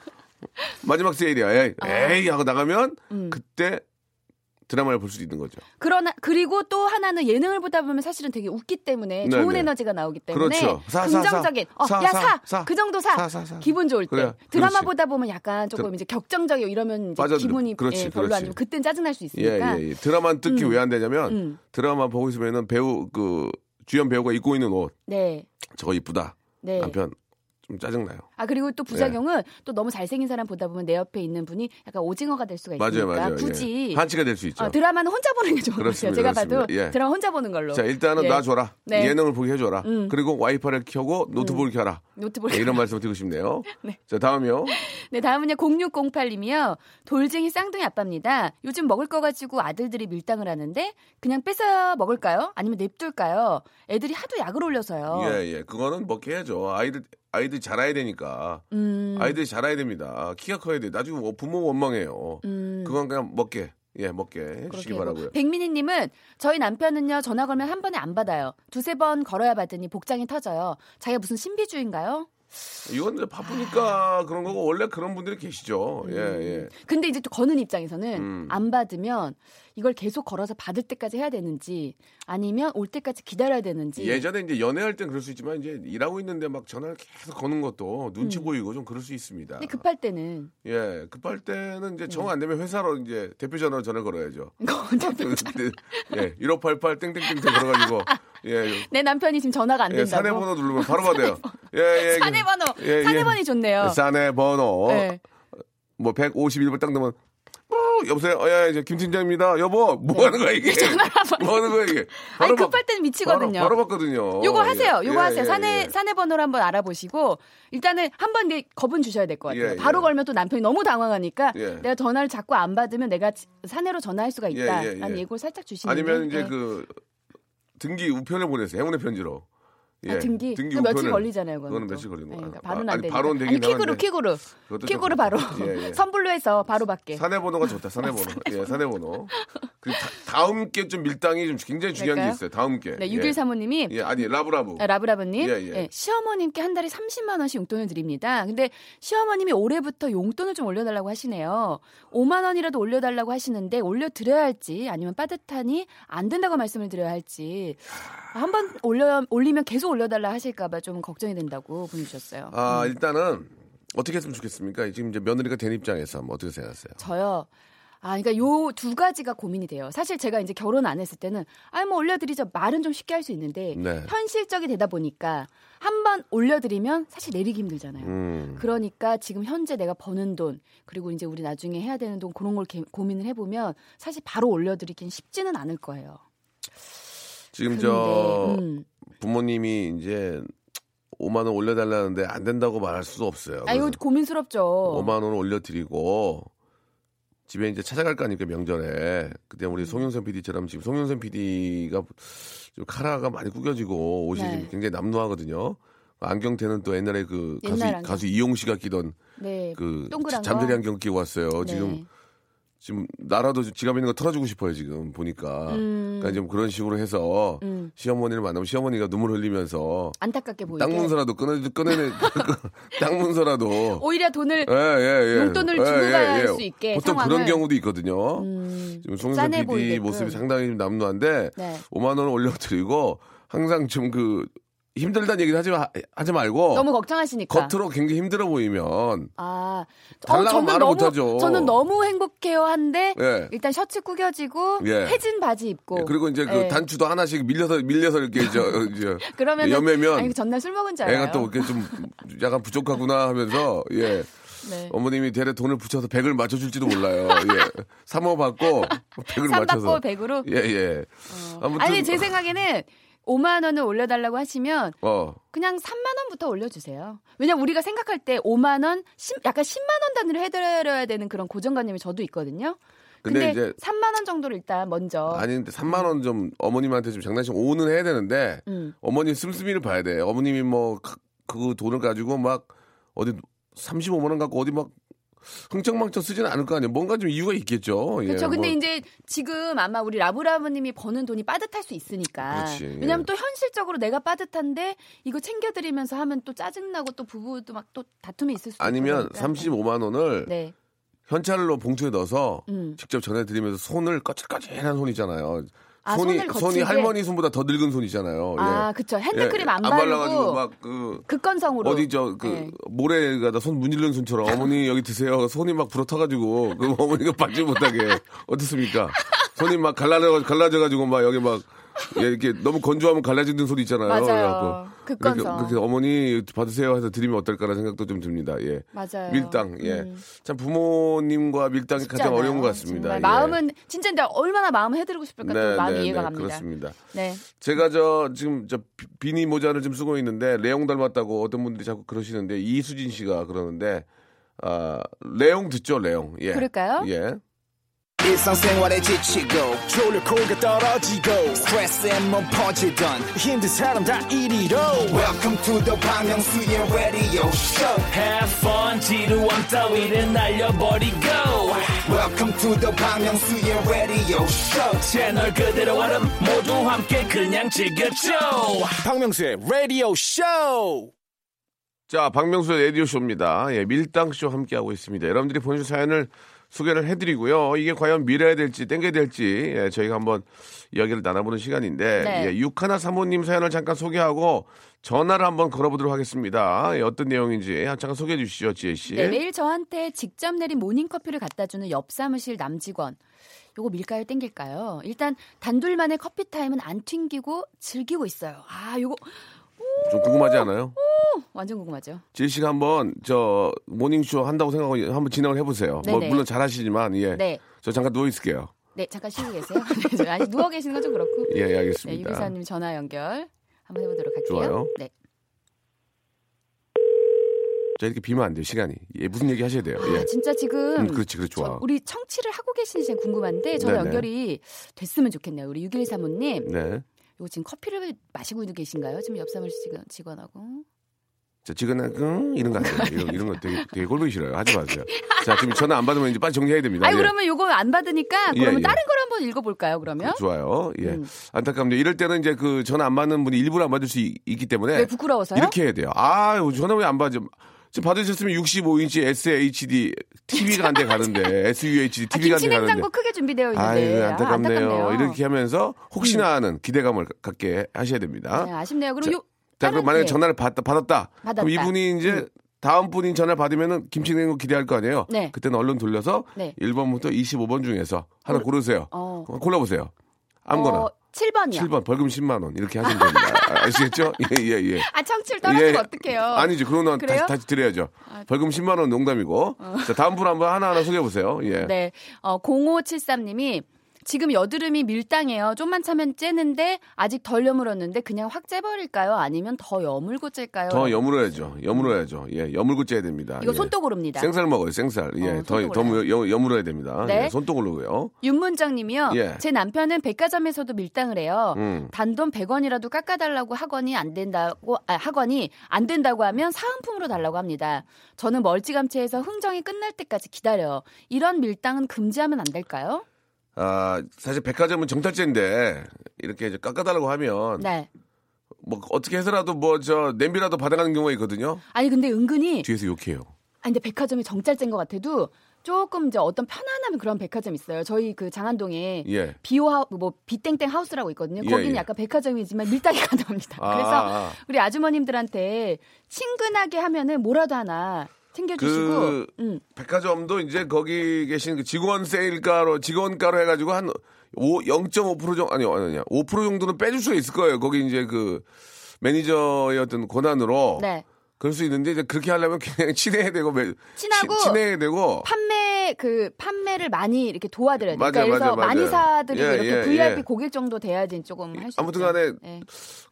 Speaker 2: 마지막 세일이야. 에이,
Speaker 3: 아.
Speaker 2: 에이 하고 나가면 그때 드라마를 볼 수 있는 거죠.
Speaker 3: 음. 그러나 그리고 또 하나는 예능을 보다 보면 사실은 되게 웃기 때문에
Speaker 2: 네,
Speaker 3: 좋은
Speaker 2: 네.
Speaker 3: 에너지가 나오기 때문에
Speaker 2: 그렇죠. 사, 사, 사.
Speaker 3: 긍정적인 어,
Speaker 2: 사, 사, 사.
Speaker 3: 어야사그 정도 사.
Speaker 2: 사, 사, 사.
Speaker 3: 기분 좋을 때
Speaker 2: 그래,
Speaker 3: 드라마
Speaker 2: 그렇지.
Speaker 3: 보다 보면 약간 조금 이제 격정적이고 이러면 이제
Speaker 2: 빠져들-
Speaker 3: 기분이
Speaker 2: 그렇지,
Speaker 3: 예, 별로
Speaker 2: 그렇지.
Speaker 3: 안 좋고 그땐 짜증 날 수
Speaker 2: 예,
Speaker 3: 있으니까
Speaker 2: 예, 예. 드라마는 뜯기 왜 안 되냐면
Speaker 3: 음.
Speaker 2: 드라마 보고 있으면은 배우 그 주연 배우가 입고 있는 옷
Speaker 3: 네
Speaker 2: 저거 이쁘다.
Speaker 3: 네.
Speaker 2: 남편 예. 좀 짜증나요.
Speaker 3: 아 그리고 또 부작용은 또 너무 잘생긴 사람 보다 보면 내 옆에 있는 분이 약간 오징어가 될 수가 있으니까
Speaker 2: 맞아요, 맞아요.
Speaker 3: 그러니까? 굳이
Speaker 2: 예. 한치가 될 수 있죠.
Speaker 3: 어, 드라마는 혼자 보는 게 좋은 것 같아요.
Speaker 2: 그렇습니다,
Speaker 3: 제가 봐도
Speaker 2: 그렇습니다. 예.
Speaker 3: 드라마 혼자 보는 걸로.
Speaker 2: 자, 일단은
Speaker 3: 예.
Speaker 2: 놔줘라.
Speaker 3: 네. 음.
Speaker 2: 예능을 보게 해줘라. 그리고 와이파이를 켜고 노트북을 켜라.
Speaker 3: 노트북.
Speaker 2: 네, 이런 말씀 드리고 싶네요. 자, 다음이요.
Speaker 3: 네, 다음은요. 0608님이요. 돌쟁이 쌍둥이 아빠입니다. 요즘 먹을 거 가지고 아들들이 밀당을 하는데 그냥 뺏어 먹을까요? 아니면 냅둘까요? 애들이 하도 약을 올려서요.
Speaker 2: 예, 예. 그거는 먹게 해야죠. 아이들, 아이들 자라야 되니까.
Speaker 3: 음,
Speaker 2: 아이들이 자라야 됩니다. 키가 커야 돼. 나중에 뭐 부모 원망해요. 그건 그냥 먹게. 예, 먹게 해주시기
Speaker 3: 음. 그렇게
Speaker 2: 바라고요.
Speaker 3: 하고. 백민희님은 저희 남편은요 전화 걸면 한 번에 안 받아요. 두세 번 걸어야 받으니 복장이 터져요. 자기가 무슨 신비주의인가요?
Speaker 2: 이건 이제
Speaker 3: 아.
Speaker 2: 바쁘니까 그런 거고 원래 그런 분들이 계시죠. 예, 예.
Speaker 3: 음.
Speaker 2: 음.
Speaker 3: 근데 이제 또 거는 입장에서는 안 받으면 이걸 계속 걸어서 받을 때까지 해야 되는지 아니면 올 때까지 기다려야 되는지
Speaker 2: 예전에 이제 연애할 땐 그럴 수 있지만 이제 일하고 있는데 막 전화를 계속 거는 것도 눈치 보이고 좀 그럴 수 있습니다.
Speaker 3: 음. 근데 급할 음. 때는
Speaker 2: 예, 급할 때는 이제 정 안 되면 회사로 이제 대표 전화로 전화 걸어야죠.
Speaker 3: 이거
Speaker 2: 근데, 예, 1588 땡땡땡 걸어가지고 예,
Speaker 3: 내 남편이 지금 전화가 안
Speaker 2: 예
Speaker 3: 된다고.
Speaker 2: 사내 번호 누르면 바로 받아요. 예, 예.
Speaker 3: 사내 번호.
Speaker 2: 예, 어?
Speaker 3: 사내
Speaker 2: 예.
Speaker 3: 번이 좋네요.
Speaker 2: 사내 번호.
Speaker 3: 네.
Speaker 2: 뭐 151번 딱 넣으면 뭐, 여보세요. 어, 예, 예, 김 팀장입니다. 여보, 뭐 하는 거야 이게? 뭐 하는 거야 이게?
Speaker 3: 네.
Speaker 2: 바로
Speaker 3: 아니, 급할
Speaker 2: 받-
Speaker 3: 때는 미치거든요.
Speaker 2: 바로, 바로 받거든요.
Speaker 3: 요거 하세요.
Speaker 2: 예,
Speaker 3: 요거
Speaker 2: 예,
Speaker 3: 하세요.
Speaker 2: 예,
Speaker 3: 사내
Speaker 2: 예.
Speaker 3: 사내 번호를 한번 알아보시고 일단은 한번 내 겁은 주셔야 될 것 같아요.
Speaker 2: 예, 예.
Speaker 3: 바로 걸면 또 남편이 너무 당황하니까
Speaker 2: 예.
Speaker 3: 내가 전화를 자꾸 안 받으면 내가 지- 사내로 전화할 수가 있다라는
Speaker 2: 예, 예, 예.
Speaker 3: 예고를 살짝 주시는
Speaker 2: 아니면 이제
Speaker 3: 게, 예.
Speaker 2: 그 등기 우편을 보내세요. 행운의 편지로.
Speaker 3: 아, 등기.
Speaker 2: 등기
Speaker 3: 그 며칠
Speaker 2: 우편은-
Speaker 3: 걸리잖아요. 그건
Speaker 2: 그거는
Speaker 3: 또.
Speaker 2: 며칠 걸리는 거야.
Speaker 3: 그러니까 바로는
Speaker 2: 아,
Speaker 3: 안
Speaker 2: 아니,
Speaker 3: 되니까.
Speaker 2: 바로는 되긴
Speaker 3: 아니, 킥으로
Speaker 2: 하는데.
Speaker 3: 킥으로.
Speaker 2: 그것도 좀
Speaker 3: 킥으로 바로.
Speaker 2: 예, 예.
Speaker 3: 선불로 해서 바로 받게.
Speaker 2: 사내번호가 좋다. 사내번호. 예, 사내번호. 그 다, 음 게 좀 밀당이 좀 굉장히 중요한 게
Speaker 3: 될까요?
Speaker 2: 있어요. 다음 게.
Speaker 3: 네,
Speaker 2: 예.
Speaker 3: 6일 사모님이
Speaker 2: 예, 아니 라브라브.
Speaker 3: 아, 라브라브님,
Speaker 2: 예, 예.
Speaker 3: 예, 시어머님께 한 달에 30만 원씩 용돈을 드립니다. 근데 시어머님이 올해부터 용돈을 좀 올려달라고 하시네요. 5만 원이라도 올려달라고 하시는데 올려드려야 할지 아니면 빠듯하니 안 된다고 말씀을 드려야 할지 한 번 올려 올리면 계속 올려달라 하실까봐 좀 걱정이 된다고 보내주셨어요.
Speaker 2: 아 일단은 어떻게 했으면 좋겠습니까? 지금 이제 며느리가 된 입장에서 뭐 어떻게 생각하세요?
Speaker 3: 저요. 아, 그러니까 요 두 가지가 고민이 돼요. 사실 제가 이제 결혼 안 했을 때는 아, 뭐 올려드리죠. 말은 좀 쉽게 할 수 있는데
Speaker 2: 네.
Speaker 3: 현실적이 되다 보니까 한 번 올려드리면 사실 내리기 힘들잖아요.
Speaker 2: 음.
Speaker 3: 그러니까 지금 현재 내가 버는 돈 그리고 이제 우리 나중에 해야 되는 돈 그런 걸 개- 고민을 해보면 사실 바로 올려드리긴 쉽지는 않을 거예요.
Speaker 2: 지금
Speaker 3: 근데,
Speaker 2: 저
Speaker 3: 음.
Speaker 2: 부모님이 이제 5만 원 올려달라는데 안 된다고 말할 수도 없어요.
Speaker 3: 아 이거
Speaker 2: 그래서
Speaker 3: 고민스럽죠.
Speaker 2: 5만 원 올려드리고 집에 이제 찾아갈 거니까 명절에 그때
Speaker 3: 음.
Speaker 2: 우리 송영선 PD처럼 지금 송영선 PD가 좀 카라가 많이 구겨지고 옷이
Speaker 3: 네.
Speaker 2: 지금 굉장히 남루하거든요. 안경테는 또 옛날에 그 가수,
Speaker 3: 옛날 안경.
Speaker 2: 가수 이용 씨가 끼던
Speaker 3: 네,
Speaker 2: 그
Speaker 3: 동그란
Speaker 2: 잠자리
Speaker 3: 거.
Speaker 2: 안경 끼고 왔어요.
Speaker 3: 네.
Speaker 2: 그, 지금 지금 나라도 지갑 있는 거 털어주고 싶어요 지금 보니까.
Speaker 3: 음.
Speaker 2: 그러니까 좀 그런 식으로 해서
Speaker 3: 음.
Speaker 2: 시어머니를 만나면 시어머니가 눈물 흘리면서
Speaker 3: 안타깝게 뭐 보이게
Speaker 2: 땅 문서라도 끊어 끊어내 땅 문서라도
Speaker 3: 오히려 돈을
Speaker 2: 예, 예, 예.
Speaker 3: 용돈을 주고 가야 할수 있게
Speaker 2: 보통
Speaker 3: 상황을.
Speaker 2: 그런 경우도 있거든요.
Speaker 3: 음,
Speaker 2: 지금 송영선
Speaker 3: 짠해
Speaker 2: PD
Speaker 3: 보이게끔. 음.
Speaker 2: 모습이 상당히 좀 남루한데
Speaker 3: 네.
Speaker 2: 5만 원 올려드리고 항상 좀 그 힘들다는 얘기를 하지 마, 하지 말고
Speaker 3: 너무 그러니까. 걱정하시니까.
Speaker 2: 어, 겉으로 굉장히 힘들어 보이면
Speaker 3: 아,
Speaker 2: 달라고
Speaker 3: 저는
Speaker 2: 말을
Speaker 3: 너무
Speaker 2: 못하죠.
Speaker 3: 저는 너무 행복해요 한데
Speaker 2: 예.
Speaker 3: 일단 셔츠 구겨지고
Speaker 2: 예.
Speaker 3: 해진 바지 입고
Speaker 2: 예, 그리고 이제 그
Speaker 3: 예.
Speaker 2: 단추도 하나씩 밀려서 밀려서 이렇게 저 어, 이제
Speaker 3: 그러면은-
Speaker 2: 여매면
Speaker 3: 아니 전날 술 먹은 줄 알아요.
Speaker 2: 네, 애가 또 이렇게 좀 약간 부족하구나 하면서 예
Speaker 3: 네.
Speaker 2: 어머님이 대래 돈을 붙여서 100을 맞춰줄지도 몰라요. 예. 3호 받고 100을
Speaker 3: 삼
Speaker 2: 맞춰서
Speaker 3: 받고 백으로. 어.
Speaker 2: 예, 예. 아무튼
Speaker 3: 아니 제 생각에는 5만 원을 올려달라고 하시면
Speaker 2: 어.
Speaker 3: 그냥 3만 원부터 올려주세요. 왜냐면 우리가 생각할 때 5만 원, 10, 약간 10만 원 단위로 해드려야 되는 그런 고정관념이 저도 있거든요.
Speaker 2: 근데
Speaker 3: 근데,
Speaker 2: 이제-
Speaker 3: 3만 원 정도를 일단 먼저
Speaker 2: 아니 근데 3만 원 좀 어머님한테 좀 장난식 오는 해야 되는데
Speaker 3: 음.
Speaker 2: 어머님 씀씀이를 봐야 돼. 어머님이 뭐 그 돈을 가지고 막 어디 35만 원 갖고 어디 막 흥청망청 쓰지는 않을 거 아니에요. 뭔가 좀 이유가 있겠죠. 예,
Speaker 3: 그렇죠. 근데
Speaker 2: 뭐.
Speaker 3: 이제 지금 아마 우리 라브라브님이 버는 돈이 빠듯할 수 있으니까.
Speaker 2: 그렇지, 예.
Speaker 3: 왜냐하면 또 현실적으로 내가 빠듯한데 이거 챙겨드리면서 하면 또 짜증나고 또 부부도 막 또 다툼이 있을 수
Speaker 2: 아니면
Speaker 3: 있으니까.
Speaker 2: 35만 원을
Speaker 3: 그러니까. 네.
Speaker 2: 현찰로 봉투에 넣어서
Speaker 3: 음.
Speaker 2: 직접 전해드리면서 손을 거칠거칠한 손이잖아요.
Speaker 3: 아,
Speaker 2: 손이
Speaker 3: 손을
Speaker 2: 손이
Speaker 3: 거칠게?
Speaker 2: 할머니 손보다 더 늙은 손이잖아요. 예.
Speaker 3: 아, 그렇죠. 핸드크림
Speaker 2: 예,
Speaker 3: 안
Speaker 2: 발라가지고
Speaker 3: 바르고
Speaker 2: 막그
Speaker 3: 극건성으로.
Speaker 2: 어디 저 그
Speaker 3: 예.
Speaker 2: 모래에다 손 문질른 손처럼 어머니 여기 드세요. 손이 막 부러터가지고 그 어머니가 받지 못하게 어떻습니까? 손이 막 갈라져 갈라져가지고 막 여기 막 예, 이렇게 너무 건조하면 갈라지는 소리 있잖아요.
Speaker 3: 맞아요.
Speaker 2: 그래갖고
Speaker 3: 극건성.
Speaker 2: 그렇게, 그렇게 어머니 받으세요 해서 드리면 어떨까라는 생각도 좀 듭니다. 예.
Speaker 3: 맞아요. 음.
Speaker 2: 밀당. 예. 참 부모님과 밀당이 가장
Speaker 3: 쉽지
Speaker 2: 어려운
Speaker 3: 않아요.
Speaker 2: 것 같습니다. 예.
Speaker 3: 정말
Speaker 2: 네,
Speaker 3: 마음은 진짜 근데 얼마나 마음을 해드리고 싶을까 또 마음이 이해가 갑니다.
Speaker 2: 그렇습니다.
Speaker 3: 네.
Speaker 2: 제가 저 지금 저 비- 비니 모자를 좀 쓰고 있는데 레옹 닮았다고 어떤 분들이 자꾸 그러시는데 이수진 씨가 그러는데 아 레옹 듣죠 레옹 예
Speaker 3: 그럴까요?
Speaker 2: 예
Speaker 4: 일상생활에 지치고,
Speaker 1: 졸려 코가 떨어지고
Speaker 4: 스트레스에 몸 퍼지던,
Speaker 1: 힘든 사람 다 이리로
Speaker 4: welcome to the Bang Myung-soo's radio show
Speaker 5: Have fun 지루함 따위를 날려버리고
Speaker 4: welcome to the Bang Myung-soo's radio show
Speaker 5: 채널 그대로 얼음 모두 함께 그냥 즐겨줘
Speaker 1: 박명수의 라디오 쇼
Speaker 2: 자 박명수의 라디오 쇼입니다 예 밀당 쇼 함께 하고 있습니다 여러분들이 보내주신 사연을 소개를 해드리고요 이게 과연 밀어야 될지 땡겨야 될지 예, 저희가 한번 이야기를 나눠보는 시간인데
Speaker 3: 네.
Speaker 2: 예, 육하나 사모님 사연을 잠깐 소개하고 전화를 한번 걸어보도록 하겠습니다 예, 어떤 내용인지 잠깐 소개해 주시죠 지혜 씨
Speaker 3: 네, 매일 저한테 직접 내린 모닝커피를 갖다 주는 옆 사무실 남직원. 요거 밀까요, 땡길까요? 일단 단둘만의 커피 타임은 안 튕기고 즐기고 있어요. 아, 요거
Speaker 2: 좀 궁금하지 않아요?
Speaker 3: 완전 궁금하죠.
Speaker 2: 지혜 씨가 한번 저 모닝쇼 한다고 생각하고 한번 진행을 해보세요. 뭐
Speaker 3: 네네.
Speaker 2: 물론 잘하시지만 예.
Speaker 3: 네.
Speaker 2: 저 잠깐 누워 있을게요.
Speaker 3: 네, 잠깐 쉬고 계세요. 네, 저 아직 누워 계시는 건 좀 그렇고.
Speaker 2: 예, 예,
Speaker 3: 네,
Speaker 2: 알겠습니다.
Speaker 3: 유기사님 전화 연결 한번 해 보도록 할게요.
Speaker 2: 좋아요.
Speaker 3: 네.
Speaker 2: 자 이렇게 비면 안 돼요 시간이. 예, 무슨 얘기 하셔야 돼요.
Speaker 3: 아,
Speaker 2: 예.
Speaker 3: 진짜 지금
Speaker 2: 음, 그렇지, 그렇지, 좋아.
Speaker 3: 저- 우리 청취를 하고 계시는지 궁금한데 전화
Speaker 2: 네네.
Speaker 3: 연결이 됐으면 좋겠네요. 우리 6일 사모님
Speaker 2: 네.
Speaker 3: 요 지금 커피를 마시고 계신가요? 지금 옆사무실 직원, 직원하고.
Speaker 2: 자, 지근하고 이런 거 아니에요. 이런, 이런 거 되게, 되게 꼴보기 싫어요. 하지 마세요. 자, 지금 전화 안 받으면 이제 빨리 정리해야 됩니다.
Speaker 3: 아니
Speaker 2: 예.
Speaker 3: 그러면 요거 안 받으니까
Speaker 2: 예,
Speaker 3: 그러면
Speaker 2: 예.
Speaker 3: 다른 걸 한번 읽어볼까요? 그러면
Speaker 2: 좋아요. 예.
Speaker 3: 음.
Speaker 2: 안타깝네요. 이럴 때는 이제 그 전화 안 받는 분이 일부러 안 받을 수 있, 기 때문에
Speaker 3: 왜 부끄러워서요?
Speaker 2: 이렇게 해야 돼요. 아, 전화 왜 안 받죠? 지금 받으셨으면 65인치 SHD TV가 한 대 가는데 SUHD
Speaker 3: 아,
Speaker 2: TV가 한
Speaker 3: 김치
Speaker 2: 대 가는데.
Speaker 3: 냉장고 크게 준비되어 있는데
Speaker 2: 아유,
Speaker 3: 아,
Speaker 2: 안타깝네요.
Speaker 3: 안타깝네요. 음.
Speaker 2: 이렇게 하면서 혹시나 하는 기대감을 갖게 하셔야 됩니다.
Speaker 3: 네, 아쉽네요. 그럼
Speaker 2: 자,
Speaker 3: 요
Speaker 2: 자,
Speaker 3: 다른-
Speaker 2: 그럼 만약에
Speaker 3: 예.
Speaker 2: 전화를 받다, 받았다.
Speaker 3: 받았다.
Speaker 2: 그럼 이분이 이제 다음 분인 전화를 받으면은 김치냉장고 기대할 거 아니에요?
Speaker 3: 네.
Speaker 2: 그때는 얼른 돌려서
Speaker 3: 네.
Speaker 2: 1번부터 25번 중에서 하나 고르세요.
Speaker 3: 어.
Speaker 2: 그럼 골라보세요. 아무거나.
Speaker 3: 어, 7번이요.
Speaker 2: 7번 벌금 10만 원 이렇게 하시면 됩니다. 아, 아시겠죠? 예, 예, 예.
Speaker 3: 아 청취율 떨어지면
Speaker 2: 예.
Speaker 3: 어떡해요?
Speaker 2: 아니죠. 그러면 다시,
Speaker 3: 그래요? 아, 어.
Speaker 2: 다시 드려야죠. 벌금 10만 원 농담이고. 자, 다음 분 한번 하나하나 소개해 보세요. 예.
Speaker 3: 네. 어, 0573님이 지금 여드름이 밀당해요. 좀만 차면 째는데 아직 덜 여물었는데 그냥 확 째버릴까요? 아니면 더 여물고 째까요?
Speaker 2: 더 여물어야죠. 여물어야죠. 예, 여물고 째야 됩니다.
Speaker 3: 이거
Speaker 2: 예.
Speaker 3: 손톱으로입니다.
Speaker 2: 생살 먹어요. 생살. 예,
Speaker 3: 어,
Speaker 2: 더,
Speaker 3: 손톱으로요?
Speaker 2: 더 여- 여- 여물어야 됩니다.
Speaker 3: 네.
Speaker 2: 예, 손톱으로고요.
Speaker 3: 윤문정님이요.
Speaker 2: 예.
Speaker 3: 제 남편은 백화점에서도 밀당을 해요.
Speaker 2: 음.
Speaker 3: 단돈 100원이라도 깎아달라고 하거니 안 된다고 아, 하거니 안 된다고 하면 사은품으로 달라고 합니다. 저는 멀찌감치해서 흥정이 끝날 때까지 기다려요. 이런 밀당은 금지하면 안 될까요?
Speaker 2: 아, 사실 백화점은 정탈제인데 이렇게 이제 깎아달라고 하면
Speaker 3: 네.
Speaker 2: 뭐 어떻게 해서라도 뭐 저 냄비라도 받아가는 경우가 있거든요.
Speaker 3: 아니 근데 은근히
Speaker 2: 뒤에서 욕해요.
Speaker 3: 아니 근데 백화점이 정찰제인 것 같아도 조금 이제 어떤 편안한 그런 백화점 있어요. 저희 그 장안동에
Speaker 2: 예.
Speaker 3: 비오하 뭐 비땡땡 하우스라고 있거든요.
Speaker 2: 예,
Speaker 3: 거기는
Speaker 2: 예.
Speaker 3: 약간 백화점이지만 밀당이 가능합니다.
Speaker 2: 아,
Speaker 3: 그래서
Speaker 2: 아, 아.
Speaker 3: 우리 아주머님들한테 친근하게 하면은 뭐라도 하나 챙겨주시고
Speaker 2: 그
Speaker 3: 음.
Speaker 2: 백화점도 이제 거기 계신 그 직원 세일가로 직원가로 해가지고 한 5, 0.5% 정도 아니 아니야 5% 정도는 빼줄 수 있을 거예요. 거기 이제 그 매니저의 어떤 권한으로
Speaker 3: 네.
Speaker 2: 그럴 수 있는데 이제 그렇게 하려면 그냥 친해야 되고 매-
Speaker 3: 친하고
Speaker 2: 친- 친해야 되고
Speaker 3: 판매 그 판매를 많이 이렇게 도와드려야 돼요.
Speaker 2: 맞아요,
Speaker 3: 그러니까 그래서
Speaker 2: 맞아요,
Speaker 3: 많이
Speaker 2: 맞아요.
Speaker 3: 사드리고
Speaker 2: 예,
Speaker 3: 이렇게
Speaker 2: 예,
Speaker 3: VIP
Speaker 2: 예.
Speaker 3: 고객 정도 돼야지 조금 할수 네.
Speaker 2: 아무튼간에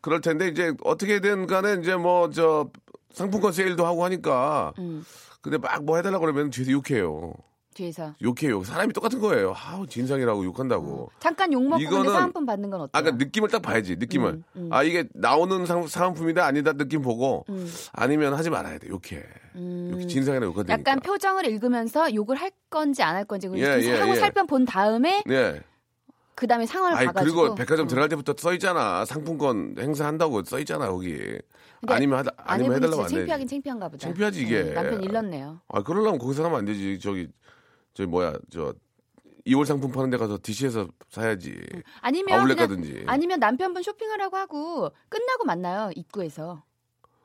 Speaker 2: 그럴 텐데 이제 어떻게든 간에 이제 뭐 저 상품권 세일도 하고 하니까
Speaker 3: 음.
Speaker 2: 근데 막 뭐 해달라 고 그러면 뒤에서 욕해요.
Speaker 3: 뒤에서
Speaker 2: 욕해요. 사람이 똑같은 거예요. 아우 진상이라고 욕한다고.
Speaker 3: 잠깐 욕 먹고 근데
Speaker 2: 뭐. 이거는
Speaker 3: 사은품 받는 건 어때요?
Speaker 2: 아까 그러니까 느낌을 딱 봐야지 느낌을.
Speaker 3: 음,
Speaker 2: 아 이게 나오는 상, 상품이다 아니다 느낌 보고
Speaker 3: 음.
Speaker 2: 아니면 하지 말아야 돼. 욕해. 욕해. 진상이라고 욕한다.
Speaker 3: 약간 표정을 읽으면서 욕을 할 건지 안 할 건지
Speaker 2: 그러니까. 예,
Speaker 3: 그리고
Speaker 2: 예,
Speaker 3: 하고
Speaker 2: 예.
Speaker 3: 살펴본 다음에
Speaker 2: 예.
Speaker 3: 그 다음에 상황을
Speaker 2: 아니
Speaker 3: 봐가지고
Speaker 2: 그리고 백화점
Speaker 3: 어.
Speaker 2: 들어갈 때부터 써 있잖아. 상품권 행사한다고 써 있잖아 거기.
Speaker 3: 근데
Speaker 2: 아니면 하다 아니면
Speaker 3: 아내분이
Speaker 2: 해달라고
Speaker 3: 진짜
Speaker 2: 안
Speaker 3: 창피하긴
Speaker 2: 돼.
Speaker 3: 창피한가 보다.
Speaker 2: 창피하지, 이게.
Speaker 3: 네, 남편 일렀네요.
Speaker 2: 아 그러려면 거기서 하면 안 되지. 저기 저기 뭐야 저 2월 상품 파는 데 가서 DC에서 사야지.
Speaker 3: 아니면
Speaker 2: 아울렛
Speaker 3: 그냥-
Speaker 2: 가든지.
Speaker 3: 음, 아니면 남편분 쇼핑하라고 하고 끝나고 만나요 입구에서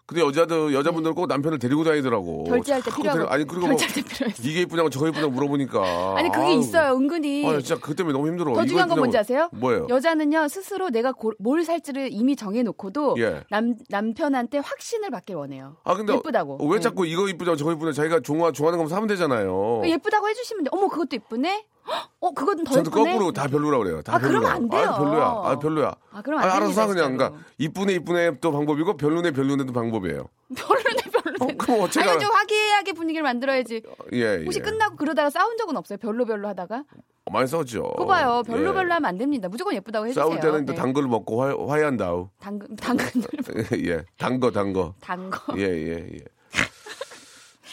Speaker 2: 근데 여자들 여자분들은 꼭 남편을 데리고 다니더라고.
Speaker 3: 결제할 때
Speaker 2: 자꾸 데려-
Speaker 3: 필요하고
Speaker 2: 아니 그리고 뭐
Speaker 3: 결제할 때 필요해서
Speaker 2: 이게 예쁘냐고 저게 예쁘냐고 물어보니까.
Speaker 3: 아니 그게
Speaker 2: 아우.
Speaker 3: 있어요 은근히
Speaker 2: 아 진짜 그 때문에 너무 힘들어.
Speaker 3: 더
Speaker 2: 이거
Speaker 3: 중요한 건
Speaker 2: 예쁘냐고-
Speaker 3: 뭔지 아세요?
Speaker 2: 뭐예요?
Speaker 3: 여자는요 스스로 내가 고- 뭘 살지를 이미 정해놓고도
Speaker 2: 예.
Speaker 3: 남 남편한테 확신을 받길 원해요.
Speaker 2: 아 근데
Speaker 3: 예쁘다고
Speaker 2: 왜
Speaker 3: 네.
Speaker 2: 자꾸 이거 예쁘냐고 저거 예쁘냐고 자기가 좋아 좋아하는 거면 사면 되잖아요.
Speaker 3: 그 예쁘다고 해주시면 돼. 어머 그것도 예쁘네. 헉, 어 그건 더
Speaker 2: 어. 저도
Speaker 3: 예쁘네.
Speaker 2: 거꾸로 다 별로라 그래요. 다
Speaker 3: 아,
Speaker 2: 별로라.
Speaker 3: 그러면 안 돼요.
Speaker 2: 아, 별로야. 아, 별로야.
Speaker 3: 아, 그럼 안
Speaker 2: 아, 알아서
Speaker 3: 됩니다,
Speaker 2: 사 그냥.
Speaker 3: 진짜로.
Speaker 2: 그러니까 이쁘네 이쁘네 또 방법이고 별로네 별로네도 방법이에요.
Speaker 3: 별로네 별로네.
Speaker 2: 어, 그럼 어째
Speaker 3: 아니
Speaker 2: 가라.
Speaker 3: 좀 화기애애하게 분위기를 만들어야지.
Speaker 2: 예, 예.
Speaker 3: 혹시 끝나고 그러다가 싸운 적은 없어요? 별로 별로 하다가?
Speaker 2: 어, 많이 싸웠죠.
Speaker 3: 그거 봐요. 별로
Speaker 2: 예.
Speaker 3: 별로 하면 안 됩니다. 무조건 예쁘다고 해주세요.
Speaker 2: 싸울 때는 또
Speaker 3: 네.
Speaker 2: 단 걸 먹고 화, 화해한다우.
Speaker 3: 당근 당근을
Speaker 2: 예. 단 거, 단 거.
Speaker 3: 단거.
Speaker 2: 예, 예, 예.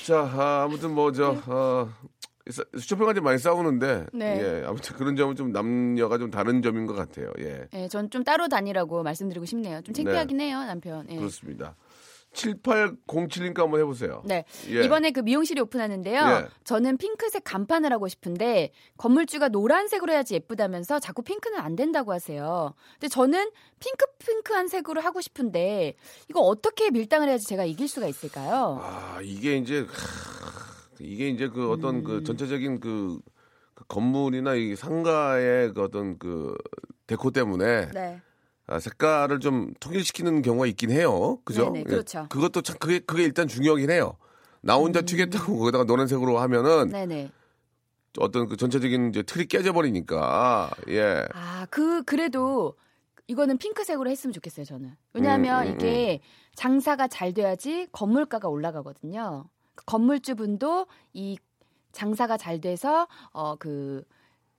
Speaker 2: 자, 아, 아무튼 뭐, 저, 어, 싸- 쇼핑할 때 많이 싸우는데,
Speaker 3: 네.
Speaker 2: 예, 아무튼 그런 점은 좀 남녀가 좀 다른 점인 것 같아요. 예,
Speaker 3: 예, 전 좀 따로 다니라고 말씀드리고 싶네요. 좀 창피하긴 해요, 남편. 예.
Speaker 2: 그렇습니다. 7807님과 한번 해보세요.
Speaker 3: 네.
Speaker 2: 예.
Speaker 3: 이번에 그 미용실이 오픈하는데요.
Speaker 2: 예.
Speaker 3: 저는 핑크색 간판을 하고 싶은데 건물주가 노란색으로 해야지 예쁘다면서 자꾸 핑크는 안 된다고 하세요. 근데 저는 핑크 핑크한 색으로 하고 싶은데 이거 어떻게 밀당을 해야지 제가 이길 수가 있을까요?
Speaker 2: 아, 이게 이제, 하, 이게 이제 그 어떤
Speaker 3: 네.
Speaker 2: 그 전체적인 그, 그 건물이나 이 상가의 그 어떤 그 데코 때문에
Speaker 3: 네.
Speaker 2: 아, 색깔을 좀 통일시키는 경우가 있긴 해요. 그죠?
Speaker 3: 네네,
Speaker 2: 예,
Speaker 3: 그렇죠. 음.
Speaker 2: 그것도 참 그게 그게 일단 중요하긴 해요. 나 혼자 튀겠다고 거기다가 노란색으로 하면은
Speaker 3: 네, 네.
Speaker 2: 어떤 그 전체적인 이제 틀이 깨져버리니까 예.
Speaker 3: 아, 그 그래도 이거는 핑크색으로 했으면 좋겠어요, 저는. 왜냐하면
Speaker 2: 음, 음,
Speaker 3: 이게 장사가 잘 돼야지 건물가가 올라가거든요. 그 건물주분도 이 장사가 잘 돼서 어 그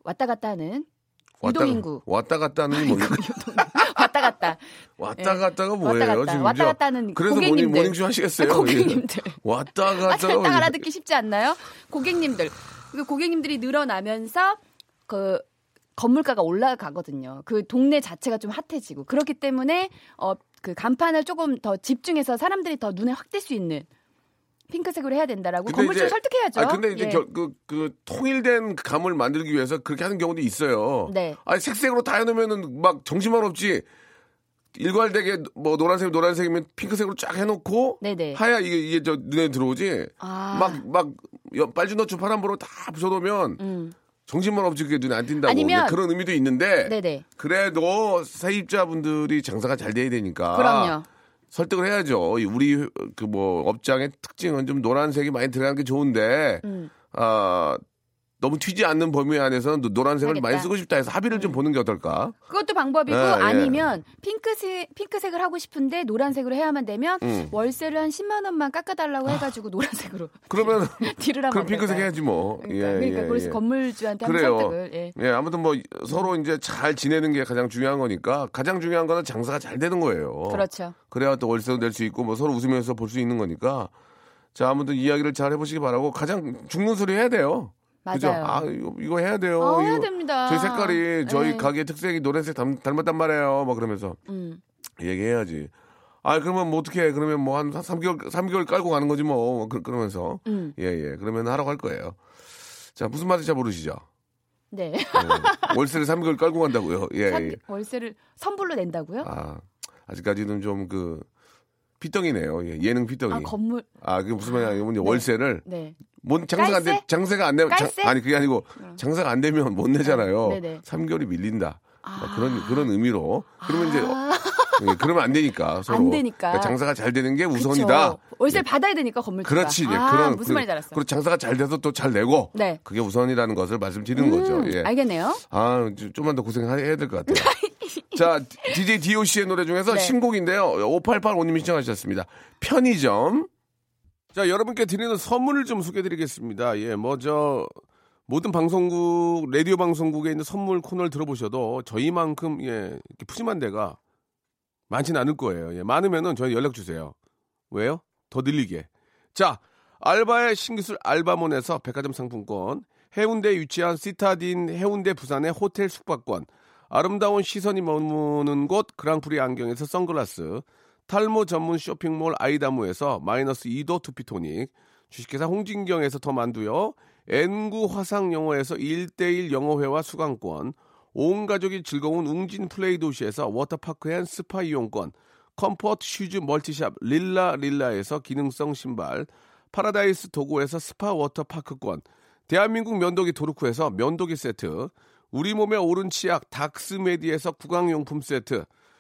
Speaker 3: 왔다 갔다 하는
Speaker 2: 왔다,
Speaker 3: 유동인구
Speaker 2: 왔다 갔다 하는 게 뭐예요?
Speaker 3: 왔다 왔다 갔다.
Speaker 2: 왔다
Speaker 3: 예.
Speaker 2: 갔다가
Speaker 3: 왔다
Speaker 2: 아, 뭐예요?
Speaker 3: 갔다.
Speaker 2: 지금
Speaker 3: 왔다
Speaker 2: 저-
Speaker 3: 갔다는
Speaker 2: 그래서
Speaker 3: 고객님들. 아,
Speaker 2: 모닝, 모닝쇼 하시겠어요?
Speaker 3: 고객님들. 아,
Speaker 2: 예. 왔다
Speaker 3: 왔다
Speaker 2: 갔다가
Speaker 3: 갔다
Speaker 2: 뭐-
Speaker 3: 알아듣기 쉽지 않나요? 고객님들. 그 고객님들이 늘어나면서 그 건물가가 올라가거든요. 그 동네 자체가 좀 핫해지고 그렇기 때문에 어 그 간판을 조금 더 집중해서 사람들이 더 눈에 확 띌 수 있는 핑크색으로 해야 된다라고
Speaker 2: 근데
Speaker 3: 건물주를
Speaker 2: 이제-
Speaker 3: 설득해야죠.
Speaker 2: 아 근데 이제
Speaker 3: 예.
Speaker 2: 겨- 그, 그 통일된 감을 만들기 위해서 그렇게 하는 경우도 있어요.
Speaker 3: 네.
Speaker 2: 아니 색색으로 다 해놓으면은 막 정신만 없지. 일괄되게 뭐 노란색 노란색이면 핑크색으로 쫙 해놓고
Speaker 3: 네네.
Speaker 2: 하야 이게 이게 저 눈에 들어오지.
Speaker 3: 아.
Speaker 2: 막막 빨주노초 파란보로 다 부숴놓으면
Speaker 3: 음.
Speaker 2: 정신만 없지 그게 눈에 안 띈다고
Speaker 3: 아니면-
Speaker 2: 네, 그런 의미도 있는데
Speaker 3: 네네.
Speaker 2: 그래도 사입자분들이 장사가 잘 돼야 되니까
Speaker 3: 그럼요.
Speaker 2: 설득을 해야죠. 이 우리 그 뭐 업장의 특징은 좀 노란색이 많이 들어가는 게 좋은데
Speaker 3: 음.
Speaker 2: 아 너무 튀지 않는 범위 안에서는 노- 노란색을 많이
Speaker 3: 하겠다. 음.
Speaker 2: 쓰고 싶다 해서 합의를 좀 보는 게 어떨까?
Speaker 3: 그것도 방법이고
Speaker 2: 예, 예.
Speaker 3: 아니면 핑크색 핑크색을 하고 싶은데 노란색으로 해야만 되면
Speaker 2: 음.
Speaker 3: 월세를 한 10만 원만 깎아달라고 해가지고 노란색으로
Speaker 2: 그러면
Speaker 3: 딜을 하면
Speaker 2: 그럼 핑크색 해야지 뭐.
Speaker 3: 음. 그러니까,
Speaker 2: 예,
Speaker 3: 그러니까
Speaker 2: 예,
Speaker 3: 그래서
Speaker 2: 예.
Speaker 3: 건물주한테 한번
Speaker 2: 그래요.
Speaker 3: 설득을. 예.
Speaker 2: 예, 아무튼 뭐 서로 이제 잘 지내는 게 가장 중요한 거니까 가장 중요한 거는 장사가 잘 되는 거예요.
Speaker 3: 그렇죠.
Speaker 2: 그래야 또 월세도 낼 수 있고 뭐 서로 웃으면서 볼 수 있는 거니까 자 아무튼 이야기를 잘 해보시기 바라고 가장 죽는 소리 해야 돼요. 그죠?
Speaker 3: 맞아요.
Speaker 2: 아 이거, 이거 해야 돼요.
Speaker 3: 아, 해야
Speaker 2: 이거
Speaker 3: 됩니다.
Speaker 2: 저희 색깔이 저희
Speaker 3: 예.
Speaker 2: 가게 특색이 노란색 닮, 닮았단 말이에요. 막 그러면서
Speaker 3: 음.
Speaker 2: 얘기해야지. 아 그러면 뭐 어떻게 해? 그러면 뭐 한 3개월 3개월 깔고 가는 거지 뭐 그, 러면서
Speaker 3: 음.
Speaker 2: 예예 그러면 하라고 할 거예요. 자 무슨 말인지 잘 모르시죠?
Speaker 3: 네.
Speaker 2: 예. 월세를 3개월 깔고 간다고요. 예.
Speaker 3: 선-
Speaker 2: 예.
Speaker 3: 월세를 선불로 낸다고요? 아,
Speaker 2: 아 아직까지는 좀 그 피덩이네요. 예, 예능 피덩이.
Speaker 3: 건물.
Speaker 2: 아, 그게 무슨 말이냐. 이분이 월세를
Speaker 3: 네.
Speaker 2: 뭔 장사가 안 돼.
Speaker 3: 깔세?
Speaker 2: 장사가 안 되면 장-
Speaker 3: 깔세? 음.
Speaker 2: 아니 그게 아니고 장사가 안 되면 못 내잖아요.
Speaker 3: 네, 네.
Speaker 2: 3개월이 밀린다. 막
Speaker 3: 아.
Speaker 2: 그런 그런 의미로. 그러면 이제 어,
Speaker 3: 아,
Speaker 2: 예, 그러면 안 되니까 서로.
Speaker 3: 되니까.
Speaker 2: 그러니까 장사가 잘 되는 게
Speaker 3: 그쵸.
Speaker 2: 우선이다. 예.
Speaker 3: 월세 를 받아야 되니까 건물주가.
Speaker 2: 그렇지. 이제
Speaker 3: 아,
Speaker 2: 그런
Speaker 3: 무슨 말인지 알았어.
Speaker 2: 그리고 장사가 잘 돼서 또 잘 내고
Speaker 3: 네.
Speaker 2: 그게 우선이라는 것을 말씀드리는
Speaker 3: 음,
Speaker 2: 거죠. 예.
Speaker 3: 알겠네요.
Speaker 2: 아, 좀- 좀만 더 고생해야 될 것 같아요. 자, DJ DOC의 노래 중에서
Speaker 3: 네.
Speaker 2: 신곡인데요. 5885님이 신청하셨습니다. 편의점. 자, 여러분께 드리는 선물을 좀 소개드리겠습니다. 예, 먼저 모든 방송국, 라디오 방송국에 있는 선물 코너를 들어보셔도 저희만큼 예, 이렇게 푸짐한 데가 많진 않을 거예요. 예, 많으면은 저희 연락 주세요. 왜요? 더 늘리게. 자, 알바의 신기술 알바몬에서 백화점 상품권, 해운대 위치한 시타딘 해운대 부산의 호텔 숙박권, 아름다운 시선이 머무는 곳 그랑프리 안경에서 선글라스, 탈모 전문 쇼핑몰 아이다무에서 마이너스 2도 투피토닉, 주식회사 홍진경에서 더 만두요, N구 화상영어에서 1대1 영어회화 수강권, 온 가족이 즐거운 웅진 플레이 도시에서 워터파크 앤 스파 이용권, 컴포트 슈즈 멀티샵 릴라 릴라에서 기능성 신발, 파라다이스 도고에서 스파 워터파크권, 대한민국 면도기 도르쿠에서 면도기 세트, 우리 몸의 오른 치약 닥스메디에서 구강용품 세트,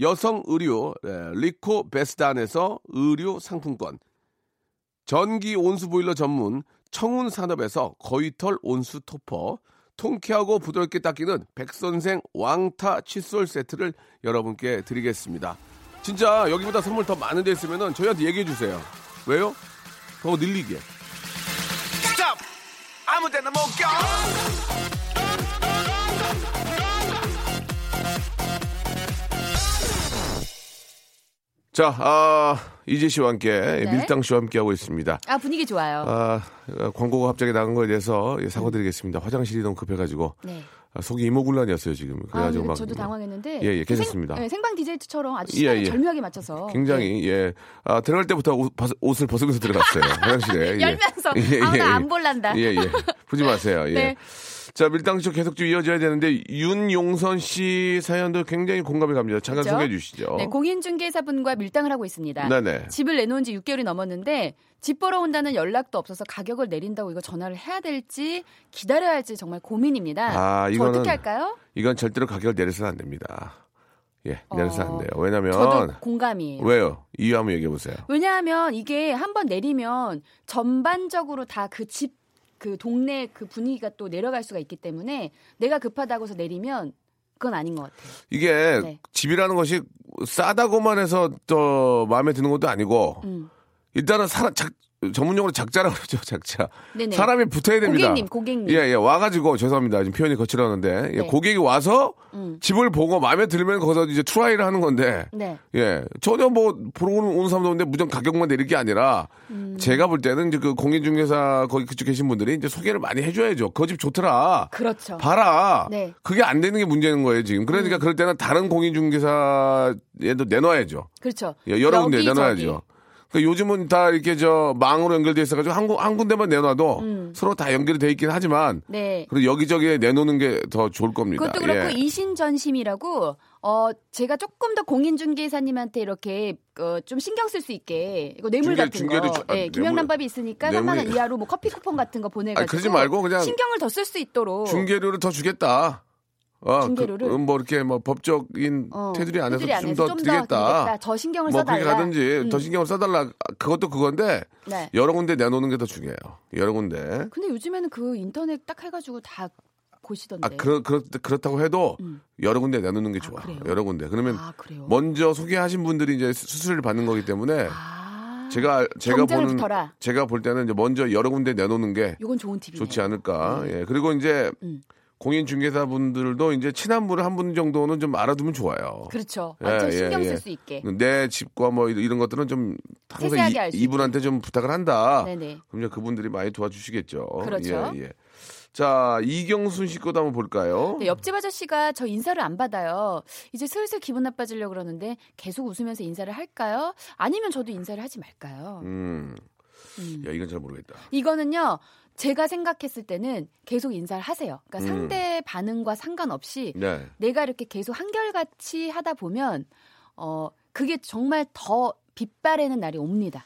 Speaker 2: 여성 의류 에, 리코 베스단에서 의류 상품권, 전기 온수 보일러 전문 청운 산업에서 거위털 온수 토퍼, 통쾌하고 부드럽게 닦이는 백선생 왕타 칫솔 세트를 여러분께 드리겠습니다. 진짜 여기보다 선물 더 많은 데 있으면 저희한테 얘기해 주세요. 왜요? 더 늘리게.
Speaker 1: 스탑! 아무 데나 못 가!
Speaker 2: 자, 아, 이재 씨와 함께 밀당 씨와 함께 하고 있습니다.
Speaker 3: 아, 분위기 좋아요.
Speaker 2: 어, 아, 광고가 갑자기 나간 거에 대해서 예, 사과드리겠습니다. 화장실이 너무 급해가지고
Speaker 3: 네.
Speaker 2: 아, 아, 속이 이모군란이었어요 지금.
Speaker 3: 아,
Speaker 2: 그래가지고
Speaker 3: 근데
Speaker 2: 막
Speaker 3: 저도 당황했는데.
Speaker 2: 예, 예,
Speaker 3: 그 생-
Speaker 2: 괜찮습니다.
Speaker 3: 예, 생방 디제이처럼 아주
Speaker 2: 예,
Speaker 3: 시간을
Speaker 2: 예.
Speaker 3: 절묘하게 맞춰서
Speaker 2: 굉장히
Speaker 3: 네.
Speaker 2: 예. 아, 들어갈 때부터 옷, 벗- 옷을 벗으면서 들어갔어요. 화장실에. 예.
Speaker 3: 열면서 아무나 안 볼란다.
Speaker 2: 예, 예. 보지 마세요. 예.
Speaker 3: 네.
Speaker 2: 자, 밀당쇼 계속 좀 이어져야 되는데 윤용선 씨 사연도 굉장히 공감이 갑니다. 잠깐
Speaker 3: 그죠?
Speaker 2: 소개해 주시죠.
Speaker 3: 네, 공인중개사분과 밀당을 하고 있습니다.
Speaker 2: 어. 네네.
Speaker 3: 집을 내놓은 지 6개월이 넘었는데 집 보러 온다는 연락도 없어서 가격을 내린다고 이거 전화를 해야 될지 기다려야 할지 정말 고민입니다.
Speaker 2: 아,
Speaker 3: 저
Speaker 2: 이거는
Speaker 3: 어떻게 할까요?
Speaker 2: 이건 절대로 가격을 내려서는 안 됩니다. 예, 내려서는
Speaker 3: 어,
Speaker 2: 안 돼요. 왜냐면
Speaker 3: 저도 공감이.
Speaker 2: 왜요? 이유 한번 얘기해 보세요.
Speaker 3: 왜냐하면 이게 한번 내리면 전반적으로 다 그 집, 그 동네 그 분위기가 또 내려갈 수가 있기 때문에 내가 급하다고 해서 내리면 그건 아닌 것 같아요.
Speaker 2: 이게
Speaker 3: 네.
Speaker 2: 집이라는 것이 싸다고만 해서 또 마음에 드는 것도 아니고
Speaker 3: 음.
Speaker 2: 일단은 사람 작 전문용어로 작자라고 그러죠, 작자.
Speaker 3: 네네.
Speaker 2: 사람이 붙어야 됩니다.
Speaker 3: 고객님, 고객님.
Speaker 2: 예, 예, 와가지고, 죄송합니다. 지금 표현이 거칠었는데. 예,
Speaker 3: 네.
Speaker 2: 고객이 와서
Speaker 3: 음.
Speaker 2: 집을 보고 마음에 들면 거기서 이제 트라이를 하는 건데.
Speaker 3: 네.
Speaker 2: 예, 전혀 뭐, 보러 오는, 오는 사람도 없는데 무조건 가격만 내릴 게 아니라,
Speaker 3: 음.
Speaker 2: 제가 볼 때는 이제 그 공인중개사 거기 그쪽 계신 분들이 이제 소개를 많이 해줘야죠. 그 집 좋더라.
Speaker 3: 그렇죠.
Speaker 2: 봐라.
Speaker 3: 네. 음.
Speaker 2: 그게 안 되는 게 문제인 거예요, 지금. 그러니까 그럴 때는 다른 공인중개사에도 내놔야죠.
Speaker 3: 그렇죠.
Speaker 2: 예, 여러 군데
Speaker 3: 여기,
Speaker 2: 내놔야죠. 그 요즘은 다 이렇게 저 망으로 연결돼 있어가지고 한, 구- 한 군데만 내놔도
Speaker 3: 음.
Speaker 2: 서로 다 연결이 돼 있긴 하지만
Speaker 3: 네.
Speaker 2: 그래도 여기저기에 내놓는 게 더 좋을 겁니다.
Speaker 3: 그것도 그렇고
Speaker 2: 예.
Speaker 3: 이신전심이라고 어 제가 조금 더 공인중개사님한테 이렇게 어, 좀 신경 쓸 수 있게 이거 뇌물
Speaker 2: 중개-
Speaker 3: 같은
Speaker 2: 중개를
Speaker 3: 거,
Speaker 2: 주- 아,
Speaker 3: 예,
Speaker 2: 뇌물-
Speaker 3: 김영란밥이 있으니까
Speaker 2: 뇌물이-
Speaker 3: 3만 원 이하로 뭐 커피 쿠폰 같은 거 보내가지고
Speaker 2: 아니, 그러지 말고 그냥
Speaker 3: 신경을 더 쓸 수 있도록
Speaker 2: 중개료를 더 주겠다. 어,
Speaker 3: 중개료를?
Speaker 2: 그, 음, 뭐 이렇게 뭐 법적인
Speaker 3: 어,
Speaker 2: 테두리 안에서
Speaker 3: 테두리
Speaker 2: 좀 더
Speaker 3: 좀더
Speaker 2: 드리겠다.
Speaker 3: 더 신경을
Speaker 2: 뭐 그렇게
Speaker 3: 써달라.
Speaker 2: 가든지 더
Speaker 3: 음.
Speaker 2: 신경을 써달라. 아, 그것도 그건데
Speaker 3: 네.
Speaker 2: 여러 군데 내놓는 게 더 중요해요. 여러 군데.
Speaker 3: 근데 요즘에는 그 인터넷 딱 해가지고 다 보시던데.
Speaker 2: 아, 그렇, 그렇, 그렇다고 해도 여러 군데 내놓는 게 좋아.
Speaker 3: 네. 음. 그래요?
Speaker 2: 여러 군데. 그러면
Speaker 3: 아, 그래요?
Speaker 2: 먼저 소개하신 분들이 이제 수- 수수료를 받는 거기 때문에
Speaker 3: 아,
Speaker 2: 제가 제가
Speaker 3: 경쟁을
Speaker 2: 보는
Speaker 3: 붙어라.
Speaker 2: 제가 볼 때는 이제 먼저 여러 군데 내놓는 게
Speaker 3: 이건 좋은 팁이네요.
Speaker 2: 좋지 않을까. 예. 그리고 이제
Speaker 3: 음.
Speaker 2: 공인 중개사 분들도 이제 친한 분을 한 분 정도는 좀 알아두면 좋아요.
Speaker 3: 그렇죠.
Speaker 2: 예,
Speaker 3: 완전
Speaker 2: 예,
Speaker 3: 신경
Speaker 2: 예.
Speaker 3: 쓸 수 있게.
Speaker 2: 내 집과 뭐 이- 이런 것들은 좀 항상
Speaker 3: 세세하게 알수
Speaker 2: 이, 분한테좀 부탁을 한다.
Speaker 3: 네네.
Speaker 2: 그럼 이제 그분들이 많이 도와주시겠죠.
Speaker 3: 그렇죠.
Speaker 2: 예, 예. 자, 이경순 씨 것도 한번 볼까요?
Speaker 3: 네, 옆집 아저씨가 저 인사를 안 받아요. 이제 슬슬 기분 나빠지려고 그러는데 계속 웃으면서 인사를 할까요? 아니면 저도 인사를 하지 말까요?
Speaker 2: 음.
Speaker 3: 음.
Speaker 2: 야, 이건 잘 모르겠다.
Speaker 3: 이거는요. 제가 생각했을 때는 계속 인사를 하세요. 그러니까
Speaker 2: 음.
Speaker 3: 상대 반응과 상관없이
Speaker 2: 네.
Speaker 3: 내가 이렇게 계속 한결같이 하다 보면 어 그게 정말 더 빛바래는 날이 옵니다.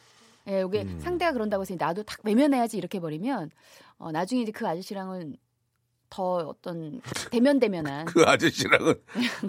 Speaker 3: 예, 이게
Speaker 2: 음.
Speaker 3: 상대가 그런다고 해서 나도 탁 외면해야지 이렇게 버리면 어 나중에 이제 그 아저씨랑은 더 어떤 대면대면한
Speaker 2: 그 아저씨랑은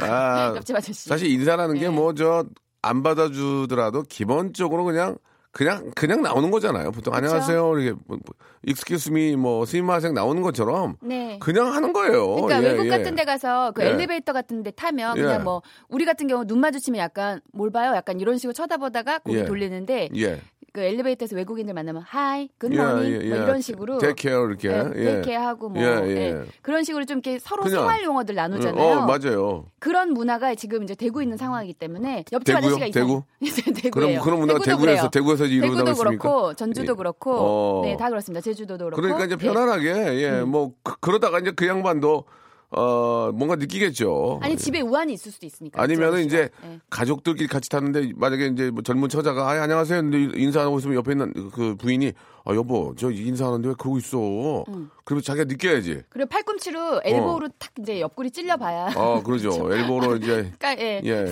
Speaker 2: 아,
Speaker 3: 옆집 아저씨.
Speaker 2: 사실 인사라는
Speaker 3: 네.
Speaker 2: 게 뭐 저 안 받아주더라도 기본적으로 그냥 그냥 그냥 나오는 거잖아요. 보통
Speaker 3: 그쵸?
Speaker 2: 안녕하세요. 이렇게 뭐, 뭐, excuse me 뭐 스미마생 나오는 것처럼
Speaker 3: 네.
Speaker 2: 그냥 하는 거예요.
Speaker 3: 그러니까
Speaker 2: 예,
Speaker 3: 외국
Speaker 2: 예.
Speaker 3: 같은 데 가서 그
Speaker 2: 예.
Speaker 3: 엘리베이터 같은 데 타면
Speaker 2: 예.
Speaker 3: 그냥 뭐 우리 같은 경우 눈 마주치면 약간 뭘 봐요? 약간 이런 식으로 쳐다보다가 고개
Speaker 2: 예.
Speaker 3: 돌리는데
Speaker 2: 예.
Speaker 3: 그 엘리베이터에서 외국인들 만나면 하이,
Speaker 2: 예,
Speaker 3: 굿모닝
Speaker 2: 예,
Speaker 3: 뭐
Speaker 2: 예.
Speaker 3: 이런 식으로 네,
Speaker 2: 데이케어 이렇게. 예.
Speaker 3: 이렇게 하고 뭐
Speaker 2: 예, 예.
Speaker 3: 예. 그런 식으로 좀 이렇게 서로
Speaker 2: 그냥.
Speaker 3: 생활 용어들 나누잖아요.
Speaker 2: 어, 맞아요.
Speaker 3: 그런 문화가 지금 이제 되고 있는 상황이기 때문에 옆집
Speaker 2: 대구요?
Speaker 3: 아저씨가 이상-
Speaker 2: 대구?
Speaker 3: 네, 대구예요.
Speaker 2: 그럼 그런 문화가
Speaker 3: 대구도
Speaker 2: 대구에서
Speaker 3: 그래요.
Speaker 2: 대구에서 이루어나고
Speaker 3: 대구도
Speaker 2: 있습니까?
Speaker 3: 그렇고 전주도 그렇고
Speaker 2: 어.
Speaker 3: 네 다 그렇습니다. 제주도도 그렇고
Speaker 2: 그러니까 이제
Speaker 3: 예.
Speaker 2: 편안하게 예, 뭐 그, 러다가 이제 그 양반도 어, 뭔가 느끼겠죠.
Speaker 3: 아니 집에 우환이 있을 수도 있으니까.
Speaker 2: 아니면은
Speaker 3: 그렇죠?
Speaker 2: 이제
Speaker 3: 예.
Speaker 2: 가족들끼리 같이 탔는데 만약에 이제 뭐 젊은 처자가 아 안녕하세요 근데 인사하고 있으면 옆에 있는 그 부인이 아 여보 저 인사하는데 왜 그러고 있어 그러면 자기가 느껴야지
Speaker 3: 그리고 팔꿈치로
Speaker 2: 어.
Speaker 3: 엘보로 탁 이제 옆구리 찔려봐야.
Speaker 2: 아 그러죠 엘보로 이제
Speaker 3: 그러니까 예.
Speaker 2: 예.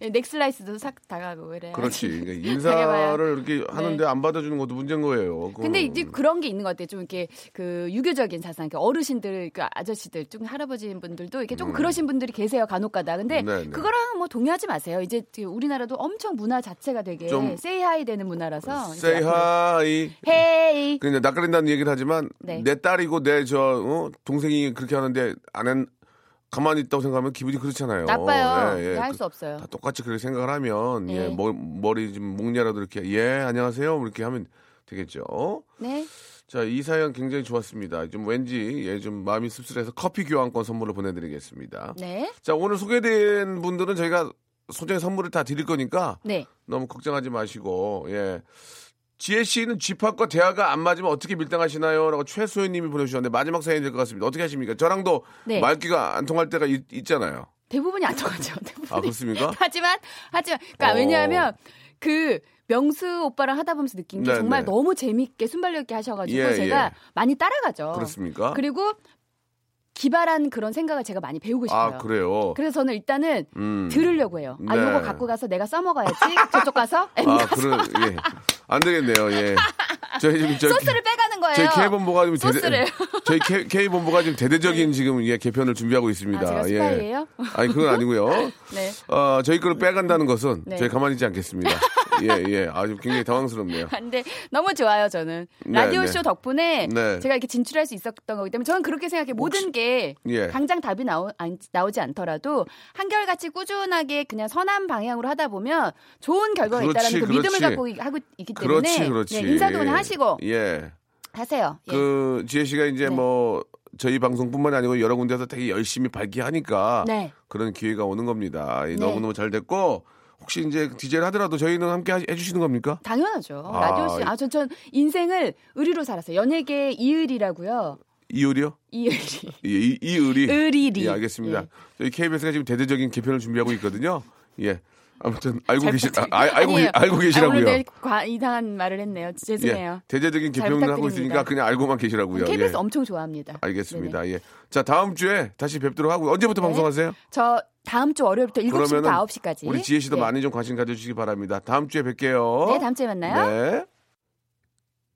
Speaker 3: 예, 넥슬라이스도 싹 다가고 그래.
Speaker 2: 그렇지 그러니까
Speaker 3: 당해봐야.
Speaker 2: 인사를 이렇게 하는데 안 받아주는 것도 문제인 거예요 그거는.
Speaker 3: 네. 근데 이제 그런 게 있는 것 같아요. 좀 이렇게 그 유교적인 사상, 그 어르신들, 그 아저씨들, 좀 할아버지 분들도 이렇게 조금 그러신 분들이 계세요. 간혹가다. 근데
Speaker 2: 음. 네, 네.
Speaker 3: 그거랑 뭐 동의하지 마세요. 이제 그 우리나라도 엄청 문화 자체가 되게
Speaker 2: 좀그
Speaker 3: 세이 하이 되는 문화라서. 이제
Speaker 2: say
Speaker 3: 앞으로
Speaker 2: hi
Speaker 3: 헤이.
Speaker 2: 그냥 낯가린다는 얘기를 하지만
Speaker 3: 네.
Speaker 2: 내 딸이고 내 저 어? 동생이 그렇게 하는데 안 한, 가만히 있다고 생각하면 기분이 그렇잖아요
Speaker 3: 나빠요.
Speaker 2: 예, 예.
Speaker 3: 할
Speaker 2: 그-
Speaker 3: 수 없어요.
Speaker 2: 다 똑같이 그렇게 생각을 하면 예,
Speaker 3: 네.
Speaker 2: 머, 머리 좀 목냐라도 이렇게 예 안녕하세요 이렇게 하면 되겠죠.
Speaker 3: 네.
Speaker 2: 자 이 사연 굉장히 좋았습니다. 좀 왠지 예좀 마음이 씁쓸해서 커피 교환권 선물로 보내드리겠습니다.
Speaker 3: 네.
Speaker 2: 자 오늘 소개된 분들은 저희가 소정의 선물을 다 드릴 거니까
Speaker 3: 네.
Speaker 2: 너무 걱정하지 마시고 예 지혜 씨는 집합과 대화가 안 맞으면 어떻게 밀당하시나요? 라고 최소연 님이 보내주셨는데 마지막 사연이 될 것 같습니다. 어떻게 하십니까? 저랑도
Speaker 3: 네.
Speaker 2: 말귀가 안 통할 때가 있, 잖아요
Speaker 3: 대부분이 안 통하죠. 대부분이.
Speaker 2: 아, 그렇습니까?
Speaker 3: 하지만 하지만 그러니까
Speaker 2: 어.
Speaker 3: 왜냐하면 그 명수 오빠랑 하다 보면서 느낀 게
Speaker 2: 네,
Speaker 3: 정말
Speaker 2: 네.
Speaker 3: 너무 재밌게 순발력 있게 하셔가지고
Speaker 2: 예,
Speaker 3: 제가
Speaker 2: 예.
Speaker 3: 많이 따라가죠.
Speaker 2: 그렇습니까?
Speaker 3: 리고 기발한 그런 생각을 제가 많이 배우고 싶어요.
Speaker 2: 아, 그래요?
Speaker 3: 래서 저는 일단은
Speaker 2: 음.
Speaker 3: 들으려고 해요. 아,
Speaker 2: 네.
Speaker 3: 요거 갖고 가서 내가 써먹어야지. 저쪽 가서 M
Speaker 2: 아,
Speaker 3: 가서
Speaker 2: 그런, 예. 안 되겠네요, 예. 저희 지금 저
Speaker 3: 소스를 빼가는 거예요.
Speaker 2: 저희 K본부가 지금
Speaker 3: 소스를. 아, 네.
Speaker 2: 저희 K, K본부가 지금 대대적인 지금 예, 개편을 준비하고 있습니다.
Speaker 3: 아, 제가 스파이예요?
Speaker 2: 예. 아니 그건 아니고요.
Speaker 3: 네.
Speaker 2: 어, 저희 거를 빼간다는 것은
Speaker 3: 네.
Speaker 2: 저희 가만히 있지 않겠습니다. 예, 예. 아주 굉장히 당황스럽네요.
Speaker 3: 근데 너무 좋아요 저는
Speaker 2: 네,
Speaker 3: 라디오
Speaker 2: 네.
Speaker 3: 쇼 덕분에
Speaker 2: 네.
Speaker 3: 제가 이렇게 진출할 수 있었던 거기 때문에 저는 그렇게 생각해 요 모든 게
Speaker 2: 예.
Speaker 3: 당장 답이 나오, 안- 나오지 않더라도 한결같이 꾸준하게 그냥 선한 방향으로 하다 보면 좋은 결과가
Speaker 2: 그렇지,
Speaker 3: 있다라는 그 믿음을
Speaker 2: 그렇지.
Speaker 3: 갖고 이- 하고 있기 때문에
Speaker 2: 그렇지, 그렇지.
Speaker 3: 네, 인사도 그냥 하시고
Speaker 2: 예.
Speaker 3: 하세요. 예.
Speaker 2: 그 지혜 씨가 이제
Speaker 3: 네.
Speaker 2: 뭐 저희 방송뿐만 이 아니고 여러 군데서 되게 열심히 발기하니까
Speaker 3: 네.
Speaker 2: 그런 기회가 오는 겁니다. 이
Speaker 3: 네.
Speaker 2: 너무너무 잘 됐고 혹시 이제 디제를 하더라도 저희는 함께 하- 해주시는 겁니까?
Speaker 3: 당연하죠.
Speaker 2: 아,
Speaker 3: 라디오 쇼. 아, 전, 전 인생을 의리로 살았어요. 연예계 이의리라고요.
Speaker 2: 이율이요?
Speaker 3: 이의리.
Speaker 2: 예, 이, 이의리.
Speaker 3: 의리리.
Speaker 2: 예, 알겠습니다.
Speaker 3: 예.
Speaker 2: 저희 KBS가 지금 대대적인 개편을 준비하고 있거든요. 예. 아무튼 알고
Speaker 3: 잘
Speaker 2: 계시 아,
Speaker 3: 부탁드려요.
Speaker 2: 아, 알고 계-
Speaker 3: 아니에요.
Speaker 2: 알고
Speaker 3: 아, 오늘
Speaker 2: 계시라고요. 예.
Speaker 3: 내 과, 이상한 말을 했네요. 죄송해요.
Speaker 2: 대대적인
Speaker 3: 잘
Speaker 2: 개편을 하고
Speaker 3: 부탁드립니다.
Speaker 2: 있으니까 그냥 알고만 계시라고요.
Speaker 3: KBS
Speaker 2: 예.
Speaker 3: 엄청 좋아합니다.
Speaker 2: 알겠습니다. 예. 자, 다음 주에 다시 뵙도록 하고 언제부터
Speaker 3: 네.
Speaker 2: 방송하세요?
Speaker 3: 저 다음 주 월요일부터 7시부터
Speaker 2: 그러면은
Speaker 3: 9시까지. 예.
Speaker 2: 우리 지혜 씨도 많이 좀 관심 가져주시기 바랍니다. 다음 주에 뵐게요.
Speaker 3: 네, 다음 주에 만나요.
Speaker 2: 네.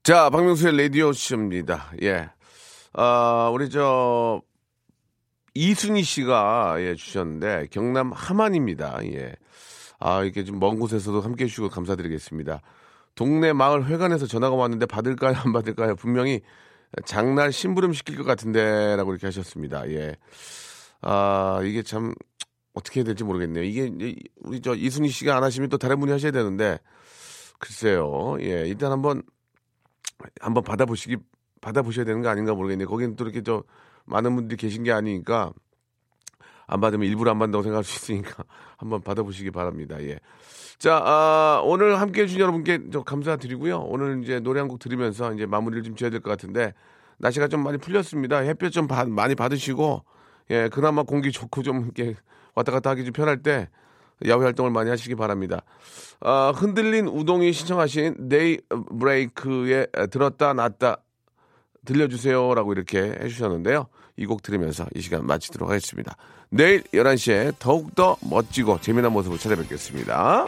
Speaker 2: 자, 박명수의 라디오 쇼입니다. 예. 아, 우리 저 이순희 씨가 예, 주셨는데 경남 함안입니다. 예. 아, 이렇게 좀 먼 곳에서도 함께 해 주시고 감사드리겠습니다. 동네 마을 회관에서 전화가 왔는데 받을까요, 안 받을까요? 분명히 장날 심부름 시킬 것 같은데라고 이렇게 하셨습니다. 예. 아, 이게 참 어떻게 해야 될지 모르겠네요. 이게 이제 우리 저 이순희 씨가 안 하시면 또 다른 분이 하셔야 되는데 글쎄요. 예, 일단 한번 한번 받아보시기 받아보셔야 되는 거 아닌가 모르겠네요. 거기는 또 이렇게 저 많은 분들이 계신 게 아니니까 안 받으면 일부러 안 받는다고 생각할 수 있으니까 한번 받아보시기 바랍니다. 예. 자, 아, 오늘 함께 해주신 여러분께 저 감사드리고요. 오늘 이제 노래 한 곡 들으면서 이제 마무리를 좀 지어야 될 것 같은데 날씨가 좀 많이 풀렸습니다. 햇볕 좀 받- 많이 받으시고 예, 그나마 공기 좋고 좀 이렇게 왔다 갔다 하기 좀 편할 때 야외 활동을 많이 하시기 바랍니다. 아, 흔들린 우동이 신청하신 네이 브레이크의 들었다 놨다 들려주세요라고 이렇게 해주셨는데요. 이 곡 들으면서 이 시간 마치도록 하겠습니다. 내일 11시에 더욱더 멋지고 재미난 모습으로 찾아뵙겠습니다.